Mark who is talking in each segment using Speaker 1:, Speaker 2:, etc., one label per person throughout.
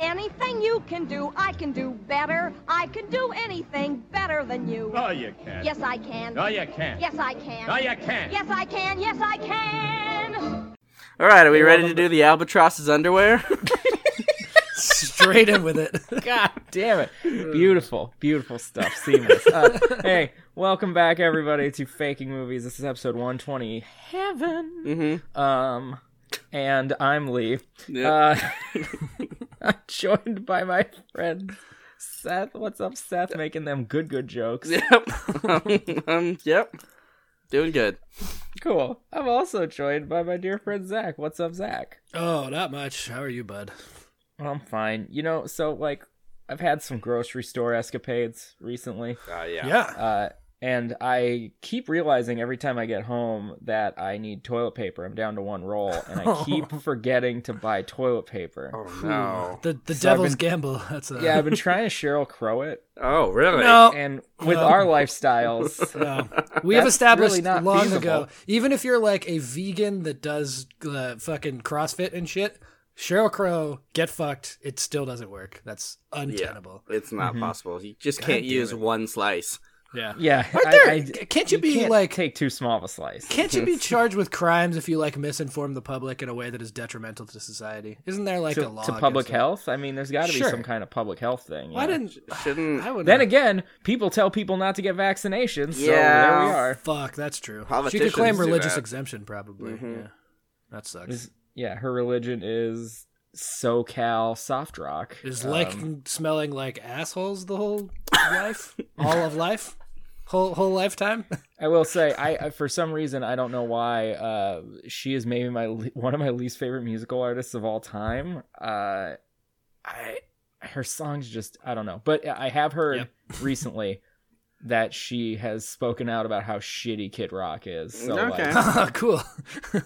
Speaker 1: Anything you can do, I can do better. I can do anything better than you.
Speaker 2: No, you can't.
Speaker 1: Yes, I can.
Speaker 2: No, you can't.
Speaker 1: Yes, I can.
Speaker 2: No, you can't.
Speaker 1: Yes, I can. Yes, I can.
Speaker 3: All right, are we ready to do the albatross's underwear?
Speaker 4: Straight in with it.
Speaker 5: God damn it. Beautiful, beautiful stuff. Seamless. Uh, hey, welcome back, everybody, to Faking Movies. This is episode 120. Heaven.
Speaker 3: mm-hmm.
Speaker 5: Um, and I'm Lee.
Speaker 3: Uh,
Speaker 5: Uh, I'm joined by my friend Seth. What's up, Seth? Making them good, good jokes.
Speaker 3: yep. um, yep. Doing good.
Speaker 5: Cool. I'm also joined by my dear friend Zach. What's up, Zach?
Speaker 4: Oh, not much. How are you, bud?
Speaker 5: I'm fine. You know, so like, I've had some grocery store escapades recently.
Speaker 3: Uh, yeah.
Speaker 5: Uh, and I keep realizing every time I get home that I need toilet paper. I'm down to one roll, and I keep forgetting to buy toilet paper.
Speaker 3: Oh no.
Speaker 4: The the
Speaker 5: So I've
Speaker 4: devil's
Speaker 5: been-
Speaker 4: gamble. That's a
Speaker 5: Yeah, I've been trying to Cheryl Crow it,
Speaker 3: Oh really?
Speaker 4: no.
Speaker 5: and with
Speaker 4: Well.
Speaker 5: our lifestyles,
Speaker 4: No, we
Speaker 5: That's
Speaker 4: have established
Speaker 5: really not
Speaker 4: long
Speaker 5: feasible.
Speaker 4: ago. Even if you're like a vegan that does uh, fucking CrossFit and shit, Cheryl Crow, get fucked. It still doesn't work. That's untenable.
Speaker 3: It's not possible. You just
Speaker 4: God
Speaker 3: can't
Speaker 4: damn
Speaker 3: use
Speaker 4: it.
Speaker 3: one slice.
Speaker 4: Yeah.
Speaker 5: yeah,
Speaker 4: Aren't
Speaker 5: I-
Speaker 4: there?
Speaker 5: I-
Speaker 4: c- can't you, be
Speaker 5: can't
Speaker 4: like?
Speaker 5: take too small of a slice?
Speaker 4: Can't you be charged with crimes if you like misinform the public in a way that is detrimental to society? Isn't there like
Speaker 5: to,
Speaker 4: a law
Speaker 5: to public
Speaker 4: against that?
Speaker 5: health? I mean, there's got to be
Speaker 4: Sure.
Speaker 5: some kind of public health thing.
Speaker 4: Why
Speaker 5: yeah.
Speaker 4: didn't
Speaker 3: Shouldn't
Speaker 4: I would
Speaker 5: Then again, people tell people not to get vaccinations, so there we
Speaker 3: Yeah.
Speaker 5: are.
Speaker 4: Fuck, that's true. She could
Speaker 3: Politicians
Speaker 4: claim
Speaker 3: do
Speaker 4: religious
Speaker 3: that. Mm-hmm.
Speaker 4: exemption, probably. Yeah, that sucks.
Speaker 5: Is- yeah, her religion is SoCal soft rock. Um,
Speaker 4: Is like smelling like assholes the whole life, all of life, whole whole lifetime.
Speaker 5: I will say, I I- for some reason I don't know why uh, she is maybe my le- one of my least favorite musical artists of all time. Uh, I her songs just I don't know, but I have heard recently that she has spoken out about how shitty Kid Rock is. So
Speaker 3: Okay.
Speaker 5: like,
Speaker 4: cool.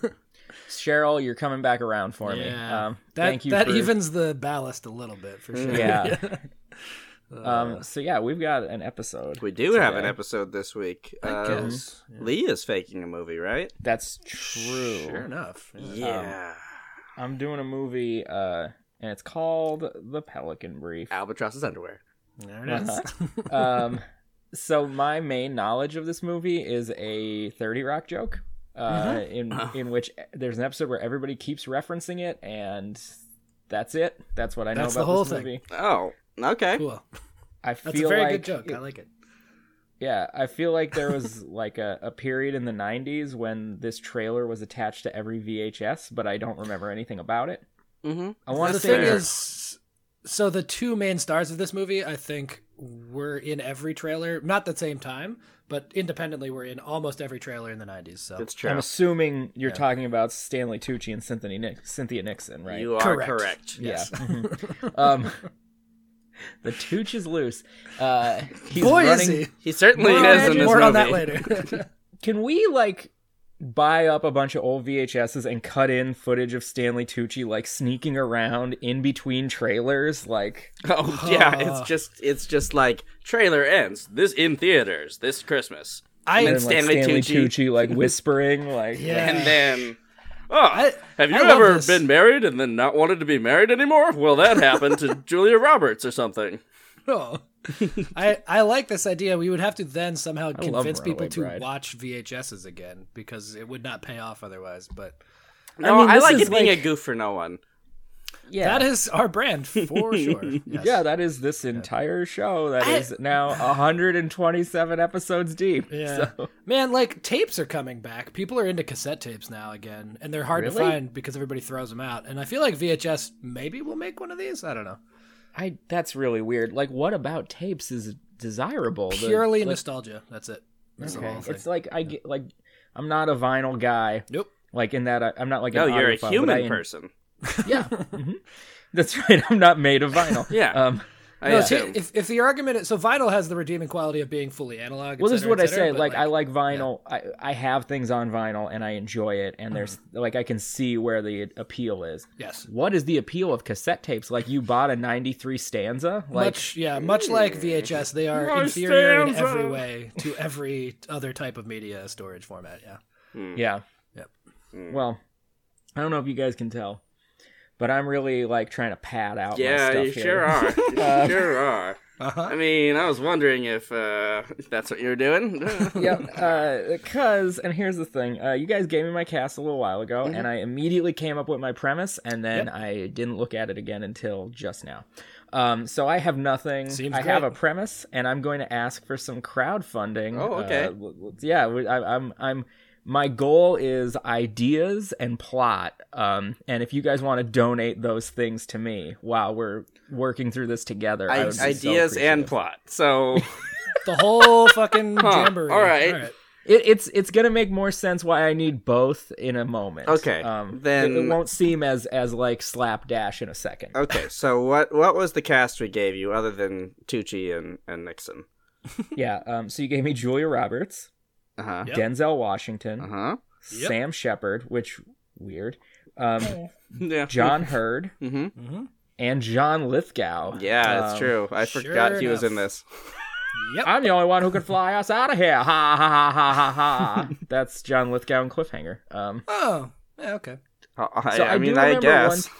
Speaker 5: Cheryl, you're coming back around for me.
Speaker 4: Yeah.
Speaker 5: Um,
Speaker 4: That
Speaker 5: thank you.
Speaker 4: that
Speaker 5: for-
Speaker 4: evens the ballast a little bit for sure.
Speaker 5: Yeah.
Speaker 4: Uh,
Speaker 5: Um, so yeah, we've got an episode.
Speaker 3: we do have an
Speaker 5: today.
Speaker 3: episode this week.
Speaker 4: I
Speaker 3: Uh,
Speaker 4: guess.
Speaker 3: Lee is faking a movie, right?
Speaker 5: That's true.
Speaker 4: Sure enough. yeah.
Speaker 3: Yeah. Um,
Speaker 5: I'm doing a movie, uh, and it's called The Pelican Brief.
Speaker 3: Albatross's underwear.
Speaker 4: There it is.
Speaker 5: um, so my main knowledge of this movie is a Thirty Rock joke, uh,
Speaker 4: Uh-huh. Ah.
Speaker 5: in in which there's an episode where everybody keeps referencing it, and that's it. That's what I know
Speaker 4: That's the
Speaker 5: about
Speaker 4: whole
Speaker 5: this
Speaker 4: thing.
Speaker 5: movie.
Speaker 3: Oh. Okay.
Speaker 4: cool.
Speaker 5: I
Speaker 4: That's
Speaker 5: feel
Speaker 4: a very
Speaker 5: like
Speaker 4: good joke.
Speaker 5: it-
Speaker 4: I like it.
Speaker 5: Yeah, I feel like there was like a, a period in the 90s when this trailer was attached to every VHS, but I don't remember anything about it.
Speaker 3: Mm-hmm.
Speaker 5: I want to
Speaker 4: the
Speaker 5: say
Speaker 4: thing is, so the two main stars of this movie, I think, were in every trailer, not the same time, but independently, were in almost every trailer in the '90s. So
Speaker 3: It's
Speaker 5: I'm
Speaker 3: true.
Speaker 5: assuming you're talking about Stanley Tucci and Cynthia, Nix- Cynthia Nixon, right?
Speaker 3: You are
Speaker 4: Correct.
Speaker 3: correct.
Speaker 4: Yes.
Speaker 5: Yeah. mhm. um, the Tooch is loose. Uh, he's
Speaker 4: boy
Speaker 5: running...
Speaker 4: is he.
Speaker 3: He certainly
Speaker 4: More,
Speaker 3: is
Speaker 4: on,
Speaker 3: in this
Speaker 4: more
Speaker 3: movie.
Speaker 4: on that later.
Speaker 5: Can we like buy up a bunch of old VHSs and cut in footage of Stanley Tucci like sneaking around in between trailers? Like,
Speaker 3: Oh yeah, it's just it's just like trailer ends. This in theaters this Christmas,
Speaker 4: I
Speaker 3: And
Speaker 5: and,
Speaker 3: then
Speaker 5: like Stanley,
Speaker 3: Stanley Tucci.
Speaker 5: Tucci. like whispering, like
Speaker 4: Yeah.
Speaker 3: and then oh,
Speaker 4: I-
Speaker 3: have you
Speaker 4: I love
Speaker 3: ever
Speaker 4: this.
Speaker 3: been married and then not wanted to be married anymore? Well, that happened to Julia Roberts or something.
Speaker 4: No. Oh. I I like this idea. We would have to then somehow
Speaker 5: love
Speaker 4: convince people
Speaker 5: Runaway
Speaker 4: to
Speaker 5: Bride.
Speaker 4: watch VHSs again because it would not pay off otherwise. But
Speaker 3: No, I,
Speaker 5: mean, this
Speaker 3: like
Speaker 5: is
Speaker 3: it being
Speaker 5: like-
Speaker 3: a goof for no one.
Speaker 5: yeah.
Speaker 4: that is our brand for sure. Yes.
Speaker 5: Yeah, that is this entire show that
Speaker 4: I-
Speaker 5: is now 127 episodes deep.
Speaker 4: Yeah.
Speaker 5: So,
Speaker 4: Man, like tapes are coming back. People are into cassette tapes now again, and they're hard to
Speaker 5: Really?
Speaker 4: find because everybody throws them out. And I feel like VHS maybe will make one of these. I don't know.
Speaker 5: I that's really weird. Like, what about tapes is desirable? The-
Speaker 4: Purely
Speaker 5: like,
Speaker 4: nostalgia. That's it. That's the
Speaker 5: okay.
Speaker 4: whole thing.
Speaker 5: It's like I get like I'm not a vinyl guy.
Speaker 4: Nope.
Speaker 5: Like in that I, I'm not like
Speaker 3: No,
Speaker 5: an
Speaker 3: you're a
Speaker 5: audiophile, but I Mm-hmm.
Speaker 3: human
Speaker 5: en-
Speaker 3: person.
Speaker 5: Yeah. Mhm. That's right. I'm not made of vinyl.
Speaker 3: Yeah.
Speaker 5: Um,
Speaker 3: I
Speaker 4: No, see,
Speaker 3: assume.
Speaker 4: if, if the argument is, so vinyl has the redeeming quality of being fully analog.
Speaker 5: well
Speaker 4: et
Speaker 5: this is
Speaker 4: cetera,
Speaker 5: what
Speaker 4: et
Speaker 5: i
Speaker 4: cetera,
Speaker 5: say
Speaker 4: but,
Speaker 5: like, i like vinyl I, I have things on vinyl and i enjoy it and there's
Speaker 4: Mm-hmm.
Speaker 5: like i can see where the appeal is
Speaker 4: yes,
Speaker 5: what is the appeal of cassette tapes like you bought a 93 stanza like
Speaker 4: much yeah, much like VHS, they are
Speaker 3: My
Speaker 4: inferior in
Speaker 3: stanza.
Speaker 4: every way to every other type of media storage format. Yeah,
Speaker 3: Hmm.
Speaker 5: yeah
Speaker 4: Yep.
Speaker 5: well i don't know if you guys can tell but i'm really like trying to pad out my
Speaker 3: yeah,
Speaker 5: stuff
Speaker 3: you
Speaker 5: here.
Speaker 3: sure are. You sure are.
Speaker 4: uh-huh.
Speaker 3: I mean, I was wondering if uh, if that's what you were doing.
Speaker 5: yep. Uh, Cause, and here's the thing: uh, you guys gave me my cast a little while ago,
Speaker 3: Mm-hmm.
Speaker 5: and I immediately came up with my premise, and then I didn't look at it again until just now. Um, so I have nothing.
Speaker 4: Seems
Speaker 5: I have a
Speaker 4: great.
Speaker 5: premise, and I'm going to ask for some crowdfunding.
Speaker 3: Oh, okay.
Speaker 5: Uh, w- w- yeah, we- I, I'm. I'm. My goal is ideas and plot. Um, and if you guys want to donate those things to me while we're working through this together, I,
Speaker 3: I,
Speaker 5: would be so
Speaker 3: ideas and
Speaker 5: appreciative.
Speaker 3: plot. So
Speaker 4: the whole fucking
Speaker 3: Huh,
Speaker 4: jamboree.
Speaker 3: all right.
Speaker 5: It, it's it's gonna make more sense why I need both in a moment.
Speaker 3: Okay,
Speaker 5: um,
Speaker 3: then-
Speaker 5: it, it won't seem as as like slapdash in a second.
Speaker 3: okay, so what what was the cast we gave you other than Tucci and, and Nixon?
Speaker 5: Yeah. Um. So you gave me Julia Roberts,
Speaker 3: Uh
Speaker 5: Uh-huh.
Speaker 3: huh.
Speaker 4: Yep.
Speaker 5: Denzel Washington,
Speaker 3: Uh huh.
Speaker 4: Yep.
Speaker 5: Sam Shepard, which weird. Um.
Speaker 3: Yeah.
Speaker 5: John Hurd
Speaker 3: Mm-hmm.
Speaker 5: and John Lithgow.
Speaker 3: Yeah, it's
Speaker 5: Um,
Speaker 3: true. I
Speaker 4: sure
Speaker 3: forgot he was in
Speaker 4: enough.
Speaker 3: this.
Speaker 4: Yep.
Speaker 5: I'm the only one who can fly us out of here. Ha ha ha ha ha ha. That's John Lithgow and Cliffhanger. Um.
Speaker 4: Oh, yeah, okay.
Speaker 3: Uh, I,
Speaker 5: So I
Speaker 3: I
Speaker 5: do
Speaker 3: mean, I
Speaker 5: remember
Speaker 3: guess.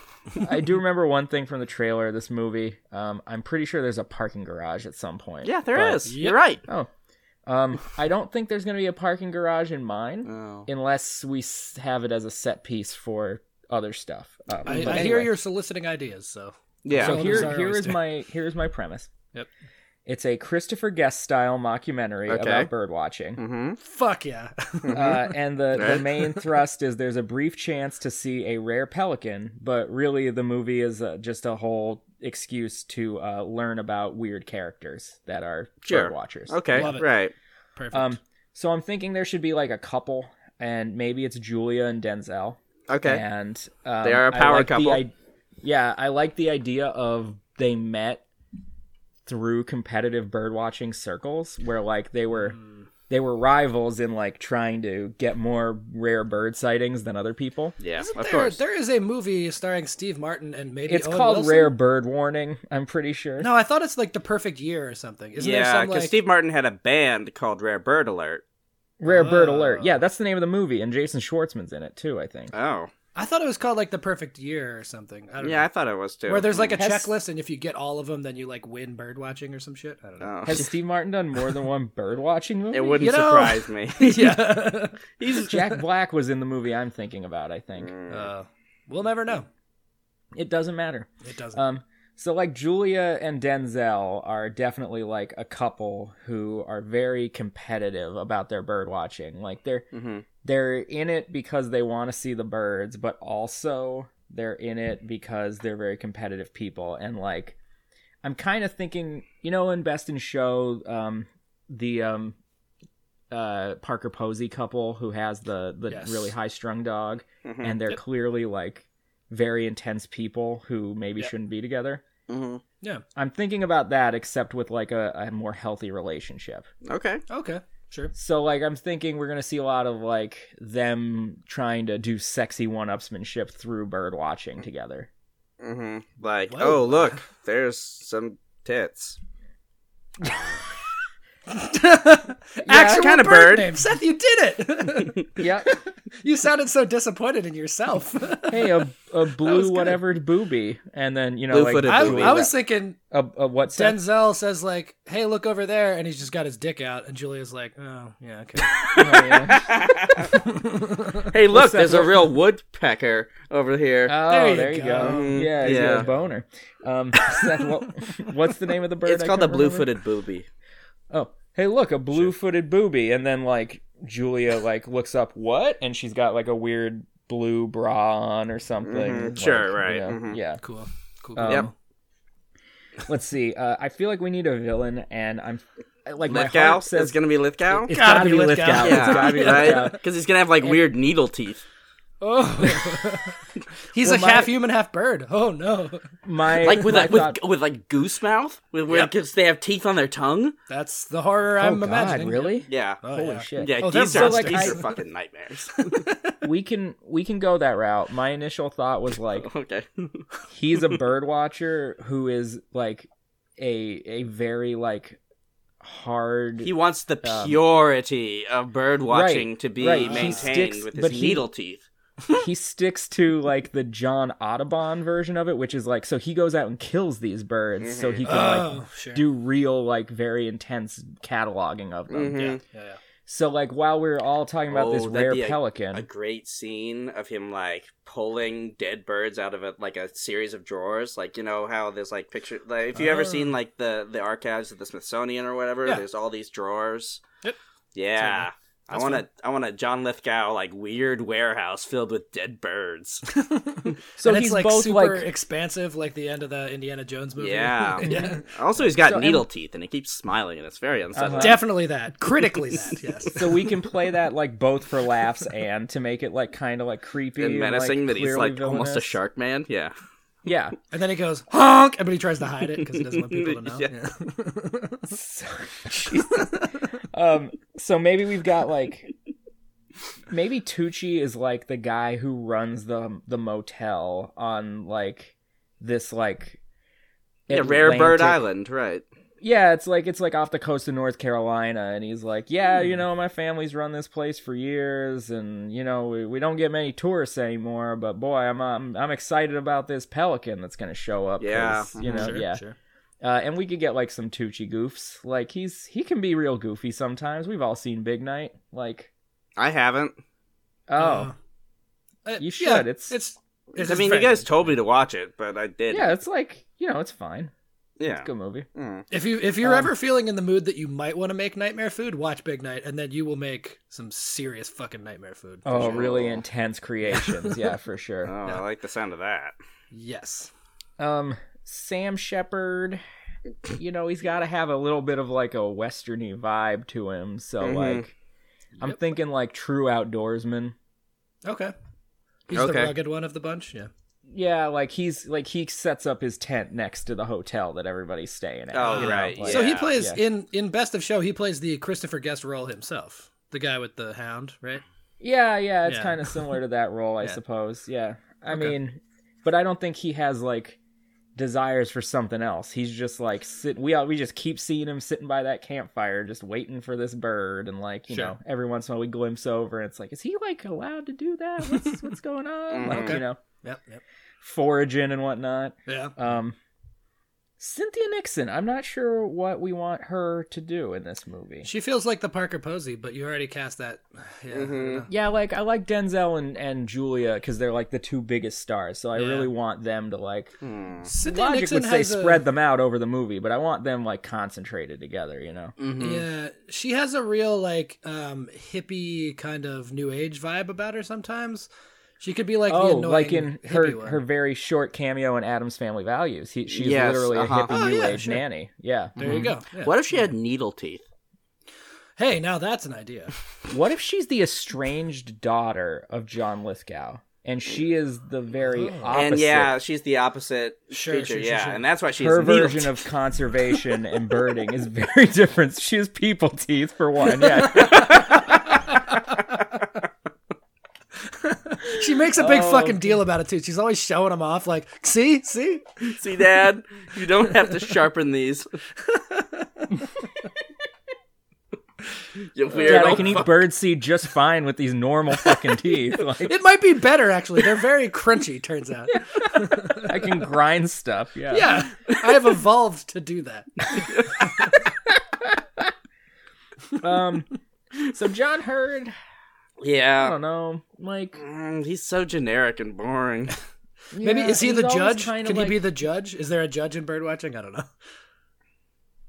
Speaker 5: I do remember one thing from the trailer of this movie. Um. I'm pretty sure there's a parking garage at some point.
Speaker 3: Yeah, there
Speaker 5: but-
Speaker 3: is.
Speaker 4: Yep.
Speaker 3: You're right.
Speaker 5: Oh, um, I don't think there's going to be a parking garage in mine
Speaker 3: Oh.
Speaker 5: unless we s- have it as a set piece for other stuff. Um,
Speaker 4: I,
Speaker 5: but
Speaker 4: I hear
Speaker 5: anyway.
Speaker 4: you're soliciting ideas, so
Speaker 3: Yeah.
Speaker 5: So
Speaker 4: Oh,
Speaker 5: here,
Speaker 4: sorry,
Speaker 5: here is
Speaker 4: Oyster.
Speaker 5: my here is my premise.
Speaker 4: Yep.
Speaker 5: It's a Christopher Guest style mockumentary
Speaker 3: Okay.
Speaker 5: about bird watching,
Speaker 3: mm-hmm.
Speaker 4: fuck yeah.
Speaker 5: uh, and the, the
Speaker 3: Right.
Speaker 5: main thrust is there's a brief chance to see a rare pelican, but really the movie is uh, just a whole excuse to uh, learn about weird characters that are
Speaker 3: Sure.
Speaker 5: bird watchers.
Speaker 3: Okay.
Speaker 4: Love it.
Speaker 3: Right.
Speaker 4: Perfect.
Speaker 5: Um, so I'm thinking there should be like a couple, and maybe it's Julia and Denzel.
Speaker 3: Okay.
Speaker 5: And um,
Speaker 3: They are a
Speaker 5: I
Speaker 3: power
Speaker 5: like the
Speaker 3: couple.
Speaker 5: i- yeah, I like the idea of they met through competitive birdwatching circles, where like they were they were rivals in like trying to get more rare bird sightings than other people.
Speaker 3: Yeah.
Speaker 4: Isn't
Speaker 3: of
Speaker 4: there,
Speaker 3: course.
Speaker 4: there is a movie starring Steve Martin and maybe
Speaker 5: It's
Speaker 4: Owen
Speaker 5: called
Speaker 4: Wilson?
Speaker 5: Rare Bird Warning. I'm pretty sure.
Speaker 4: No, I thought it's like the perfect year or something. Isn't there
Speaker 3: yeah,
Speaker 4: some
Speaker 3: because
Speaker 4: like
Speaker 3: Steve Martin had a band called Rare Bird Alert.
Speaker 5: Rare Bird
Speaker 4: Oh.
Speaker 5: Alert. Yeah, that's the name of the movie, and Jason Schwartzman's in it too. I think.
Speaker 3: Oh.
Speaker 4: I thought it was called like the perfect year or something. I don't
Speaker 3: Yeah, I
Speaker 4: know.
Speaker 3: thought it was too.
Speaker 4: Where there's like a
Speaker 5: Has-
Speaker 4: checklist and if you get all of them then you like win bird watching or some shit. I don't know.
Speaker 3: Oh.
Speaker 5: Has Steve Martin done more than one bird watching movie?
Speaker 3: It wouldn't
Speaker 4: You know-
Speaker 3: surprise me.
Speaker 4: yeah.
Speaker 3: He's
Speaker 5: Jack Black was in the movie I'm thinking about, I think.
Speaker 3: Mm.
Speaker 4: Uh, we'll never know.
Speaker 5: It doesn't matter.
Speaker 4: It doesn't.
Speaker 3: Uh,
Speaker 5: Um so like Julia and Denzel are definitely like a couple who are very competitive about their bird watching. Like they're
Speaker 3: Mhm.
Speaker 5: they're in it because they want to see the birds, but also they're in it because they're very competitive people and like I'm kind of thinking, you know, in Best in Show, um the um uh Parker Posey couple who has the the
Speaker 4: Yes.
Speaker 5: really high strung dog
Speaker 3: Mhm.
Speaker 5: and they're
Speaker 4: Mm-hmm. Yep.
Speaker 5: clearly like very intense people who maybe
Speaker 4: Yep.
Speaker 5: shouldn't be together.
Speaker 3: Mhm.
Speaker 4: yeah.
Speaker 5: I'm thinking about that, except with like a, a more healthy relationship.
Speaker 3: Okay.
Speaker 4: Okay. Sure.
Speaker 5: So, like, I'm thinking we're gonna see a lot of like them trying to do sexy one-upsmanship through bird
Speaker 4: Mm-hmm.
Speaker 5: watching together.
Speaker 3: hmm Like,
Speaker 4: Whoa.
Speaker 3: oh look, there's some tits.
Speaker 4: Actual
Speaker 3: kinda bird.
Speaker 4: name. Seth, you did it.
Speaker 5: Yep.
Speaker 4: you sounded so disappointed in yourself.
Speaker 5: hey, a, a
Speaker 4: was
Speaker 5: blue
Speaker 4: good.
Speaker 5: whatever booby, and then you know, like
Speaker 3: Blue-footed
Speaker 4: I,
Speaker 3: booby.
Speaker 4: I was thinking
Speaker 5: a, a what? Sense?
Speaker 4: Denzel says like, "Hey, look over there," and he's just got his dick out, and Julia's like, "Oh, yeah, okay."
Speaker 3: Hey,
Speaker 5: that
Speaker 3: look, there's a
Speaker 5: one?
Speaker 3: real woodpecker over here.
Speaker 5: Oh,
Speaker 4: There you
Speaker 5: there, you go.
Speaker 4: go.
Speaker 3: Mm,
Speaker 5: Yeah, he's
Speaker 3: yeah.
Speaker 5: got a boner. Um, Seth, what, what's the name of the bird?
Speaker 3: it's
Speaker 5: I
Speaker 3: called the
Speaker 5: can't remember?
Speaker 3: blue-footed booby.
Speaker 5: oh hey look a blue-footed booby and then like julia like looks up what and she's got like a weird blue bra on or something
Speaker 3: Mhm,
Speaker 5: Like,
Speaker 3: sure, right,
Speaker 5: you know,
Speaker 3: mhm.
Speaker 5: yeah
Speaker 4: cool, cool.
Speaker 5: Um,
Speaker 3: Yep.
Speaker 5: let's see uh, i feel like we need a villain and i'm I- like my
Speaker 3: Lithgow.
Speaker 5: heart says
Speaker 3: it's gonna be Lithgow.
Speaker 5: it's
Speaker 4: Gotta
Speaker 5: gotta
Speaker 4: be
Speaker 5: be
Speaker 4: Lithgow.
Speaker 5: Lithgow. It's gotta be
Speaker 3: right?
Speaker 5: Lithgow.
Speaker 3: Because he's gonna have like weird needle teeth.
Speaker 4: Oh, he's
Speaker 3: Well,
Speaker 4: a
Speaker 3: my-
Speaker 4: half human, half bird. Oh no,
Speaker 5: My
Speaker 3: Like with
Speaker 5: my
Speaker 3: like with,
Speaker 5: thought-
Speaker 3: with like goose mouth, with where it
Speaker 4: Yep.
Speaker 3: gives- they have teeth on their tongue.
Speaker 4: that's the horror
Speaker 2: oh
Speaker 4: I'm
Speaker 2: God,
Speaker 4: imagining.
Speaker 2: really?
Speaker 3: Yeah,
Speaker 4: Oh,
Speaker 5: Holy
Speaker 4: yeah.
Speaker 5: shit.
Speaker 3: yeah.
Speaker 4: Oh, they're
Speaker 3: geese are,
Speaker 4: monsters.
Speaker 3: geese
Speaker 5: I-
Speaker 3: are fucking nightmares.
Speaker 5: We can we can go that route. My initial thought was like
Speaker 3: okay.
Speaker 5: he's a bird watcher who is like a a very like hard
Speaker 3: He wants the
Speaker 5: Um,
Speaker 3: purity of bird watching
Speaker 5: right,
Speaker 3: to be
Speaker 5: right. He
Speaker 3: maintained
Speaker 5: sticks-
Speaker 3: with his
Speaker 5: but he-
Speaker 3: needle teeth.
Speaker 5: he sticks to like the John Audubon version of it, which is like so he goes out and kills these birds so he can
Speaker 3: Mm-hmm.
Speaker 5: like
Speaker 4: Oh, sure.
Speaker 5: do real like very intense cataloging of them.
Speaker 3: Mhm.
Speaker 4: Yeah, yeah.
Speaker 5: So like while we are all talking about this
Speaker 3: Oh, that'd
Speaker 5: rare
Speaker 3: be a-
Speaker 5: pelican,
Speaker 3: A great scene of him like pulling dead birds out of a, like a series of drawers, like you know how there's like picture. Like, if you have ever
Speaker 4: Oh.
Speaker 3: seen like the the archives of the Smithsonian or whatever,
Speaker 4: Yeah.
Speaker 3: there's all these drawers.
Speaker 4: Yep.
Speaker 3: Yeah. I
Speaker 4: That's
Speaker 3: want
Speaker 4: fun.
Speaker 3: to. I want a John Lithgow like weird warehouse filled with dead birds.
Speaker 5: so
Speaker 4: and
Speaker 5: he's
Speaker 4: it's like
Speaker 5: both
Speaker 4: super
Speaker 5: like
Speaker 4: expansive, like the end of the Indiana Jones movie.
Speaker 3: Yeah.
Speaker 4: yeah.
Speaker 3: also, he's got
Speaker 5: So, and-
Speaker 3: needle teeth, and he keeps smiling, and it's very
Speaker 4: Uh-huh.
Speaker 3: unsettling.
Speaker 4: Definitely that. Critically that. Yes.
Speaker 5: Uh, so we can play that like both for laughs and to make it like kind of like creepy
Speaker 3: And
Speaker 5: like,
Speaker 3: menacing that he's
Speaker 5: clearly
Speaker 3: like almost a
Speaker 5: villainous.
Speaker 3: shark man. Yeah.
Speaker 5: Yeah.
Speaker 4: And then he goes honk, and but he tries to hide it because he doesn't want people to know.
Speaker 3: Yeah.
Speaker 4: Yeah.
Speaker 5: So, um, so maybe we've got like maybe Tucci is like the guy who runs the the motel on like this like
Speaker 3: Yeah, Rare Bird
Speaker 5: Atlantic-
Speaker 3: Island, right?
Speaker 5: Yeah, it's like it's like off the coast of North Carolina, and he's like, yeah,
Speaker 3: Hmm.
Speaker 5: you know, my family's run this place for years, and you know, we, we don't get many tourists anymore, but boy, I'm I'm, I'm excited about this pelican that's gonna show up. 'cause,
Speaker 3: Yeah.
Speaker 5: you know,
Speaker 4: Sure,
Speaker 5: yeah.
Speaker 4: sure.
Speaker 5: Uh, and we could get like some Tucci goofs. Like he's he can be real goofy sometimes. We've all seen Big Night. Like
Speaker 3: I haven't.
Speaker 5: oh
Speaker 4: Uh,
Speaker 5: You
Speaker 4: yeah,
Speaker 5: should, it's-
Speaker 4: it's.
Speaker 3: I mean, you
Speaker 4: very
Speaker 3: guys
Speaker 4: good.
Speaker 3: told me to watch it, but I didn't.
Speaker 5: yeah, it's like you know it's fine.
Speaker 3: Yeah.
Speaker 5: Good movie.
Speaker 3: Mm.
Speaker 4: If you if you're
Speaker 5: Um,
Speaker 4: ever feeling in the mood that you might want to make nightmare food, watch Big Night, and then you will make some serious fucking nightmare food.
Speaker 5: Oh,
Speaker 3: sure.
Speaker 5: really intense creations. yeah, for
Speaker 3: Oh,
Speaker 5: sure.
Speaker 3: I like the sound of that.
Speaker 4: Yes.
Speaker 5: Um, Sam Shepard. You know he's got to have a little bit of like a westerny vibe to him. So
Speaker 3: Mhm.
Speaker 5: like, I'm
Speaker 4: Yep.
Speaker 5: thinking like true outdoorsman.
Speaker 4: Okay. He's
Speaker 3: Okay.
Speaker 4: the rugged one of the bunch. Yeah.
Speaker 5: Yeah, like he's like he sets up his tent next to the hotel that everybody's staying at.
Speaker 3: Oh,
Speaker 5: you know,
Speaker 3: right,
Speaker 5: like-
Speaker 4: so he
Speaker 3: Yeah,
Speaker 4: plays
Speaker 5: yeah.
Speaker 4: in in Best of Show. He plays the Christopher Guest role himself, the guy with the hound, right?
Speaker 5: Yeah, yeah, it's
Speaker 4: Yeah.
Speaker 5: kind of similar to that role, I
Speaker 4: Yeah.
Speaker 5: suppose. Yeah. I
Speaker 4: Okay.
Speaker 5: mean, but I don't think he has like desires for something else. He's just like sit we all, we just keep seeing him sitting by that campfire just waiting for this bird and like, you
Speaker 4: Sure.
Speaker 5: know, every once in a while we glimpse over and it's like is he like allowed to do that? What's what's going on? Like,
Speaker 3: Okay.
Speaker 5: you know,
Speaker 4: Yep. Yep.
Speaker 5: foraging and whatnot.
Speaker 4: Yeah.
Speaker 5: Um Cynthia Nixon, I'm not sure what we want her to do in this movie.
Speaker 4: She feels like the Parker Posey, but you already cast that. Yeah. I don't
Speaker 3: Mhm.
Speaker 4: know.
Speaker 5: Yeah, like I like Denzel and, and Julia because they're like the two biggest stars. So I
Speaker 4: Yeah.
Speaker 5: really want them to like.
Speaker 3: Hmm.
Speaker 4: Cynthia
Speaker 5: Logic
Speaker 4: Nixon
Speaker 5: would say
Speaker 4: has a-
Speaker 5: spread them out over the movie, but I want them like concentrated together. You know?
Speaker 4: Yeah, she has a real like um hippie kind of new age vibe about her sometimes. She could be like the
Speaker 5: oh,
Speaker 4: annoying
Speaker 5: like in
Speaker 4: hippie
Speaker 5: her
Speaker 4: one.
Speaker 5: her very short cameo in Adam's Family Values. He, she's
Speaker 3: Yes,
Speaker 5: literally
Speaker 3: uh-huh.
Speaker 5: a hippie
Speaker 4: Oh,
Speaker 5: new
Speaker 4: yeah,
Speaker 5: age
Speaker 4: sure.
Speaker 5: nanny. Yeah.
Speaker 4: There you go. Yeah.
Speaker 3: What if she had needle teeth?
Speaker 4: Hey, now that's an idea.
Speaker 5: What if she's the estranged daughter of John Lithgow, and she is the very
Speaker 4: Oh.
Speaker 5: opposite?
Speaker 3: And yeah, she's the opposite
Speaker 4: Sure,
Speaker 3: creature.
Speaker 4: sure, sure,
Speaker 3: yeah,
Speaker 4: sure.
Speaker 3: and that's why she's
Speaker 5: her
Speaker 3: needle
Speaker 5: version
Speaker 3: teeth.
Speaker 5: of conservation and birding is very different. She has people teeth for one. Yeah.
Speaker 4: She makes a big
Speaker 5: Oh,
Speaker 4: fucking deal about it too. She's always showing them off, like, see, see.
Speaker 3: See, Dad, you don't have to sharpen these. you weird.
Speaker 5: Dad, I
Speaker 3: old
Speaker 5: can eat
Speaker 3: fuck.
Speaker 5: birdseed just fine with these normal fucking teeth. Like
Speaker 4: It might be better actually. They're very crunchy. Turns out.
Speaker 5: I can grind stuff. Yeah.
Speaker 4: Yeah, I have evolved to do that.
Speaker 5: Um. So John Hurd, I
Speaker 3: Yeah.
Speaker 5: don't know, like
Speaker 3: Mm, he's so generic and boring.
Speaker 4: Maybe
Speaker 5: yeah,
Speaker 4: is he
Speaker 5: he's
Speaker 4: the
Speaker 5: always
Speaker 4: judge? Can
Speaker 5: kinda
Speaker 4: he
Speaker 5: like-
Speaker 4: be the judge? Is there a judge in bird watching? I don't know.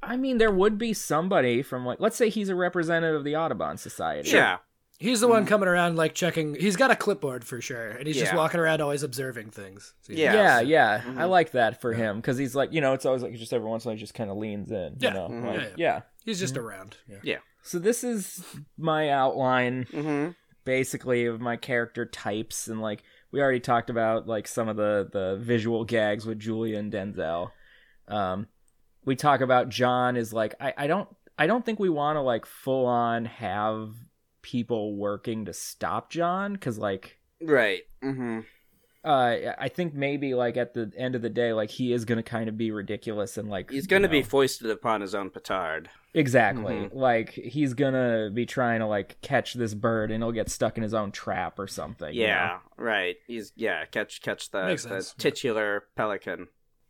Speaker 5: I mean, there would be somebody from like, let's say he's a representative of the Audubon Society.
Speaker 3: Yeah.
Speaker 4: He's the one coming around like checking. He's got a clipboard for sure, and he's just
Speaker 3: Mm. Yeah.
Speaker 4: walking around always observing things. So,
Speaker 3: Yeah.
Speaker 5: Yeah, yeah,
Speaker 4: Mm-hmm.
Speaker 5: I like that for him because he's like, you know, it's always like just every once in a while he just kind of leans in,
Speaker 4: Yeah.
Speaker 5: you know,
Speaker 3: Mhm.
Speaker 5: like,
Speaker 4: Yeah, yeah.
Speaker 5: yeah.
Speaker 4: he's just around. Yeah.
Speaker 5: So this is my outline.
Speaker 3: Mm-hmm.
Speaker 5: basically of my character types and like we already talked about like some of the the visual gags with Julia and Denzel. Um, we talk about John is like I, I don't I don't think we want to like full on have people working to stop John because like
Speaker 3: Right. Mm-hmm.
Speaker 5: uh I think maybe like at the end of the day like he is gonna kind of be ridiculous and like
Speaker 3: He's
Speaker 5: you
Speaker 3: going to
Speaker 5: know.
Speaker 3: be foisted upon his own petard.
Speaker 5: Exactly.
Speaker 3: Mhm.
Speaker 5: Like he's gonna be trying to like catch this bird and he'll get stuck in his own trap or something. you
Speaker 3: yeah. Right. He's yeah. Catch catch the,
Speaker 4: Makes
Speaker 3: the
Speaker 4: sense.
Speaker 3: titular pelican.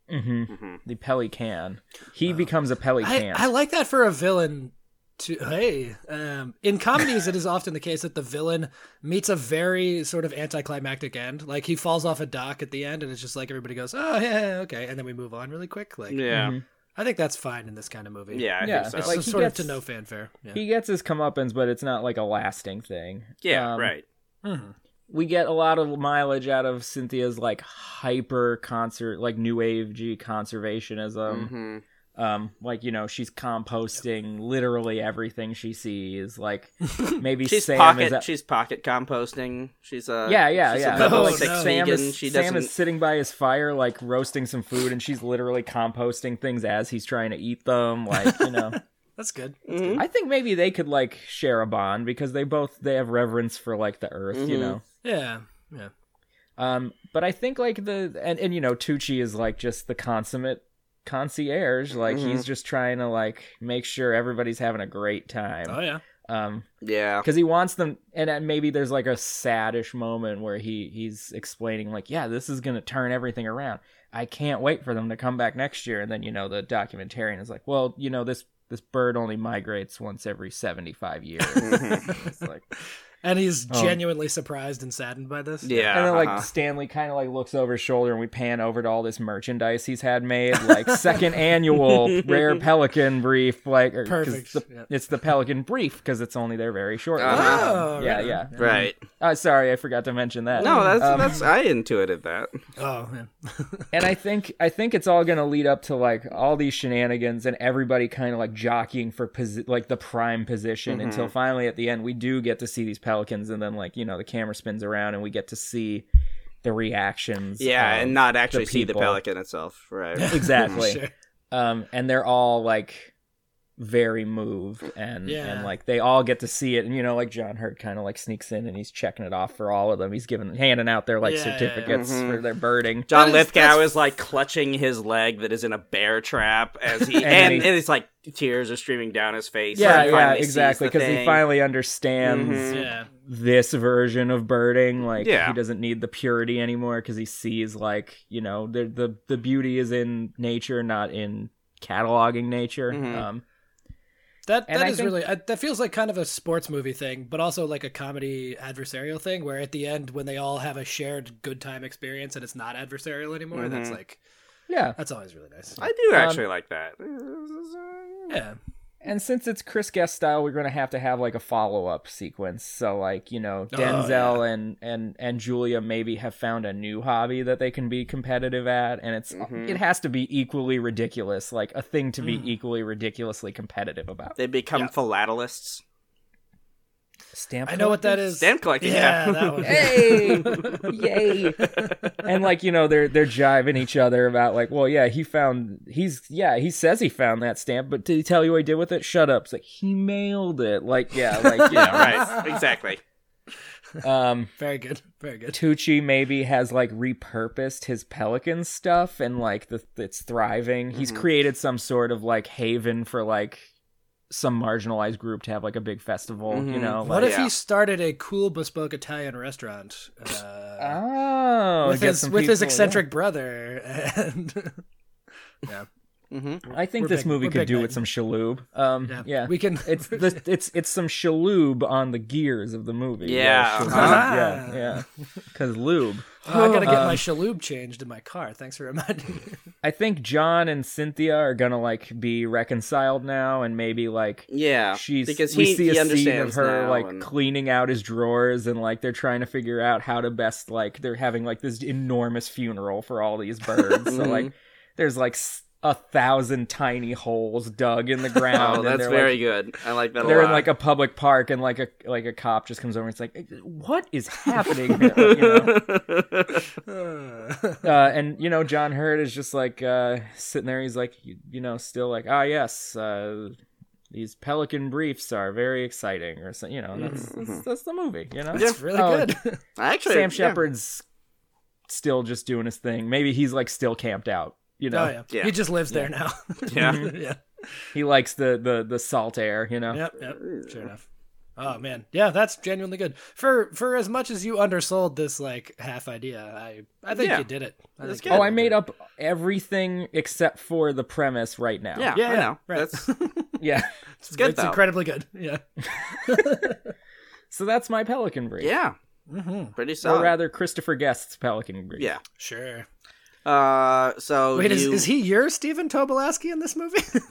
Speaker 5: know? Mhm.
Speaker 3: Mm-hmm.
Speaker 5: The pelican. He
Speaker 4: Wow.
Speaker 5: becomes a
Speaker 4: I,
Speaker 5: pelican.
Speaker 4: I like that for a villain. To hey, um, in comedies, it is often the case that the villain meets a very sort of anticlimactic end. Like he falls off a dock at the end, and it's just like everybody goes, "Oh yeah, yeah, okay," and then we move on really quick. Like mm-hmm.
Speaker 3: Yeah.
Speaker 5: Mhm.
Speaker 4: I think that's fine in this kind of movie.
Speaker 3: Yeah. I
Speaker 5: Yeah,
Speaker 3: think so.
Speaker 4: it's
Speaker 5: Like,
Speaker 4: some
Speaker 5: he
Speaker 4: sort
Speaker 5: gets-
Speaker 4: of to no fanfare. Yeah.
Speaker 5: He gets his comeuppance, but it's not like a lasting thing.
Speaker 3: yeah.
Speaker 5: Um,
Speaker 3: right.
Speaker 4: Mhm.
Speaker 5: We get a lot of mileage out of Cynthia's like hyper concert, like new agey conservationism.
Speaker 3: hmm
Speaker 4: Mm-hmm.
Speaker 5: Um, like you know, she's composting literally everything she sees. Like maybe
Speaker 3: She's
Speaker 5: Sam
Speaker 3: pocket.
Speaker 5: is a-
Speaker 3: she's pocket composting. She's a
Speaker 5: yeah, yeah,
Speaker 3: she's
Speaker 5: yeah.
Speaker 3: A level
Speaker 4: Oh,
Speaker 3: six
Speaker 4: no.
Speaker 5: Sam,
Speaker 3: vegan.
Speaker 5: is,
Speaker 3: she
Speaker 5: Sam
Speaker 3: doesn't.
Speaker 5: is sitting by his fire, like roasting some food, and she's literally composting things as he's trying to eat them. Like, you know,
Speaker 4: That's good.
Speaker 3: Mhm.
Speaker 5: I think maybe they could like share a bond because they both they have reverence for like the earth, you
Speaker 3: Mhm.
Speaker 5: know.
Speaker 4: Yeah, yeah.
Speaker 5: Um, but I think like the and and you know Tucci is like just the consummate concierge. Like
Speaker 3: Mhm.
Speaker 5: he's just trying to like make sure everybody's having a great
Speaker 4: Oh
Speaker 5: time.
Speaker 4: yeah.
Speaker 5: Um,
Speaker 3: Yeah.
Speaker 5: because he wants them and uh, maybe there's like a saddish moment where he he's explaining like yeah this is gonna turn everything around i can't wait for them to come back next year and then you know the documentarian is like well you know this this bird only migrates once every 75 years it's like
Speaker 4: And he's
Speaker 5: Um,
Speaker 4: genuinely surprised and saddened by this.
Speaker 3: Yeah.
Speaker 5: and then like
Speaker 3: uh-huh.
Speaker 5: stanley kind of like looks over his shoulder and we pan over to all this merchandise he's had made like second annual rare pelican brief like or, 'cause
Speaker 4: Perfect,
Speaker 5: the-
Speaker 4: yeah.
Speaker 5: it's the pelican brief because it's only there very short
Speaker 3: Uh-huh.
Speaker 4: Oh,
Speaker 5: yeah
Speaker 4: right on.
Speaker 5: yeah
Speaker 3: Right.
Speaker 5: Oh, sorry, I forgot to mention that.
Speaker 3: No, that's
Speaker 5: Um,
Speaker 3: that's I intuited that.
Speaker 4: Oh man.
Speaker 5: and I think I think it's all gonna lead up to like all these shenanigans and everybody kind of like jockeying for posi- like the prime position
Speaker 3: Mhm.
Speaker 5: until finally at the end we do get to see these pelicans and then like you know the camera spins around and we get to see the reactions.
Speaker 3: Yeah,
Speaker 5: of-
Speaker 3: and not actually see the
Speaker 5: people.
Speaker 3: pelican itself. Right.
Speaker 5: exactly.
Speaker 4: Sure.
Speaker 5: um, and they're all like very moved and
Speaker 4: Yeah.
Speaker 5: and like they all get to see it and you know like John Hurt kind of like sneaks in and he's checking it off for all of them. He's giving handing out their like
Speaker 4: Yeah, yeah, yeah.
Speaker 5: certificates
Speaker 3: Mhm.
Speaker 5: for their birding.
Speaker 3: John
Speaker 4: That is-
Speaker 3: Lithgow
Speaker 4: that's-
Speaker 3: is like clutching his leg that is in a bear trap as he and,
Speaker 5: And he-
Speaker 3: and it's like tears are streaming down his face.
Speaker 5: yeah,
Speaker 3: when he
Speaker 5: yeah,
Speaker 3: finally sees
Speaker 5: exactly.
Speaker 3: the
Speaker 5: Because he
Speaker 3: thing.
Speaker 5: finally understands
Speaker 3: Mhm.
Speaker 4: Yeah.
Speaker 5: this version of birding. Like
Speaker 3: Yeah.
Speaker 5: he doesn't need the purity anymore because he sees like you know the the the beauty is in nature, not in cataloging nature.
Speaker 3: Mhm.
Speaker 5: Um,
Speaker 4: That
Speaker 5: And
Speaker 4: that
Speaker 5: I
Speaker 4: is
Speaker 5: think-
Speaker 4: really I, that feels like kind of a sports movie thing, but also like a comedy adversarial thing. Where at the end, when they all have a shared good time experience and it's not adversarial anymore, that's
Speaker 5: Mm-hmm.
Speaker 3: Mhm.
Speaker 4: like
Speaker 5: yeah,
Speaker 4: that's always really nice.
Speaker 3: I
Speaker 5: Um,
Speaker 3: do actually like that.
Speaker 4: yeah,
Speaker 5: and since it's Chris Guest style, we're gonna have to have like a follow up sequence. So like you know
Speaker 4: Oh,
Speaker 5: Denzel and and and Julia maybe have found a new hobby that they can be competitive at, and it's
Speaker 3: Mhm.
Speaker 5: it has to be equally ridiculous, like a thing to be
Speaker 4: Mm.
Speaker 5: equally ridiculously competitive about.
Speaker 3: They become
Speaker 4: Yeah.
Speaker 3: philatelists.
Speaker 5: Stamp
Speaker 4: I know what that is.
Speaker 3: Stamp collecting. Yeah.
Speaker 4: yeah, that one.
Speaker 5: Hey! Yay! and like you know, they're they're jiving each other about like, well, yeah, he found he's yeah, he says he found that stamp, but did he tell you what he did with it? Shut up! It's like he mailed it. Like yeah, like yeah,
Speaker 3: yeah, right. Exactly.
Speaker 5: right. Um,
Speaker 4: Very good, very good.
Speaker 5: Tucci maybe has like repurposed his pelican stuff and like the it's thriving. He's
Speaker 3: Mhm.
Speaker 5: created some sort of like haven for like some marginalized group to have like a big festival. You
Speaker 3: Mhm.
Speaker 5: know,
Speaker 4: What
Speaker 5: like,
Speaker 4: if
Speaker 3: yeah.
Speaker 4: he started a cool bespoke Italian restaurant? Uh,
Speaker 5: Oh,
Speaker 4: with
Speaker 5: get
Speaker 4: his
Speaker 5: some
Speaker 4: with his
Speaker 5: people, yeah.
Speaker 4: eccentric brother and
Speaker 3: Mm-hmm.
Speaker 5: I think
Speaker 4: We're
Speaker 5: this
Speaker 4: big-
Speaker 5: movie
Speaker 4: we're
Speaker 5: could
Speaker 4: big
Speaker 5: do
Speaker 4: men.
Speaker 5: with some shaloub. Um, yeah,
Speaker 4: yeah, we can
Speaker 5: it's the, it's it's some shaloub on the gears of the movie.
Speaker 3: Yeah.
Speaker 5: shaloub.
Speaker 4: Ah.
Speaker 5: yeah, yeah, because lube.
Speaker 4: Oh, I gotta get
Speaker 5: Um,
Speaker 4: my shaloob changed in my car. Thanks for reminding me.
Speaker 5: I think John and Cynthia are gonna like be reconciled now, and maybe like
Speaker 3: Yeah.
Speaker 5: she's
Speaker 3: because
Speaker 5: we
Speaker 3: he-
Speaker 5: see
Speaker 3: he
Speaker 5: a scene of
Speaker 3: understands
Speaker 5: her
Speaker 3: now
Speaker 5: like
Speaker 3: and-
Speaker 5: cleaning out his drawers, and like they're trying to figure out how to best like they're having like this enormous funeral for all these birds. so
Speaker 3: Mhm.
Speaker 5: like there's like s- a thousand tiny holes dug in the ground.
Speaker 3: Oh,
Speaker 5: and
Speaker 3: that's
Speaker 5: they're,
Speaker 3: very
Speaker 5: like-
Speaker 3: good. I like that a
Speaker 5: they're
Speaker 3: lot.
Speaker 5: in like a public park, and like a like a cop just comes over and it's like, "What is happening?" here?" you know? uh, and you know John Hurt is just like uh, sitting there. He's like, you, you know, still like, ah, yes, uh, these Pelican briefs are very exciting, or so, you know, that's, that's that's the movie. You know,
Speaker 4: It's really
Speaker 5: Oh,
Speaker 4: good.
Speaker 3: Actually,
Speaker 5: Sam
Speaker 3: Mm-hmm. yeah.
Speaker 5: Shepard's still just doing his thing. Maybe he's like still camped out. You know,
Speaker 4: oh yeah.
Speaker 3: Yeah.
Speaker 4: he just lives there now.
Speaker 3: Yeah.
Speaker 4: yeah,
Speaker 5: he likes the the the salt air. You know,
Speaker 4: yep, yep. Sure enough. Oh man, yeah, that's genuinely good. For for as much as you undersold this like half idea, I I think
Speaker 3: Yeah.
Speaker 4: you did it. I
Speaker 3: That's
Speaker 4: think
Speaker 3: good.
Speaker 4: you
Speaker 5: Oh, I
Speaker 4: did
Speaker 5: made
Speaker 4: it.
Speaker 5: up everything except for the premise right now.
Speaker 3: Yeah,
Speaker 4: Yeah,
Speaker 3: I
Speaker 4: yeah,
Speaker 3: know.
Speaker 4: right.
Speaker 3: That's
Speaker 5: yeah.
Speaker 3: it's good
Speaker 4: It's
Speaker 3: though.
Speaker 4: incredibly good. Yeah.
Speaker 5: So that's my Pelican brief,
Speaker 3: Yeah,
Speaker 4: hmm
Speaker 3: pretty
Speaker 5: or
Speaker 3: solid.
Speaker 5: rather Christopher Guest's Pelican brief.
Speaker 3: yeah.
Speaker 4: Sure.
Speaker 3: Uh, so
Speaker 4: Wait, is,
Speaker 3: you-
Speaker 4: is he your Stephen Tobolowsky in this movie?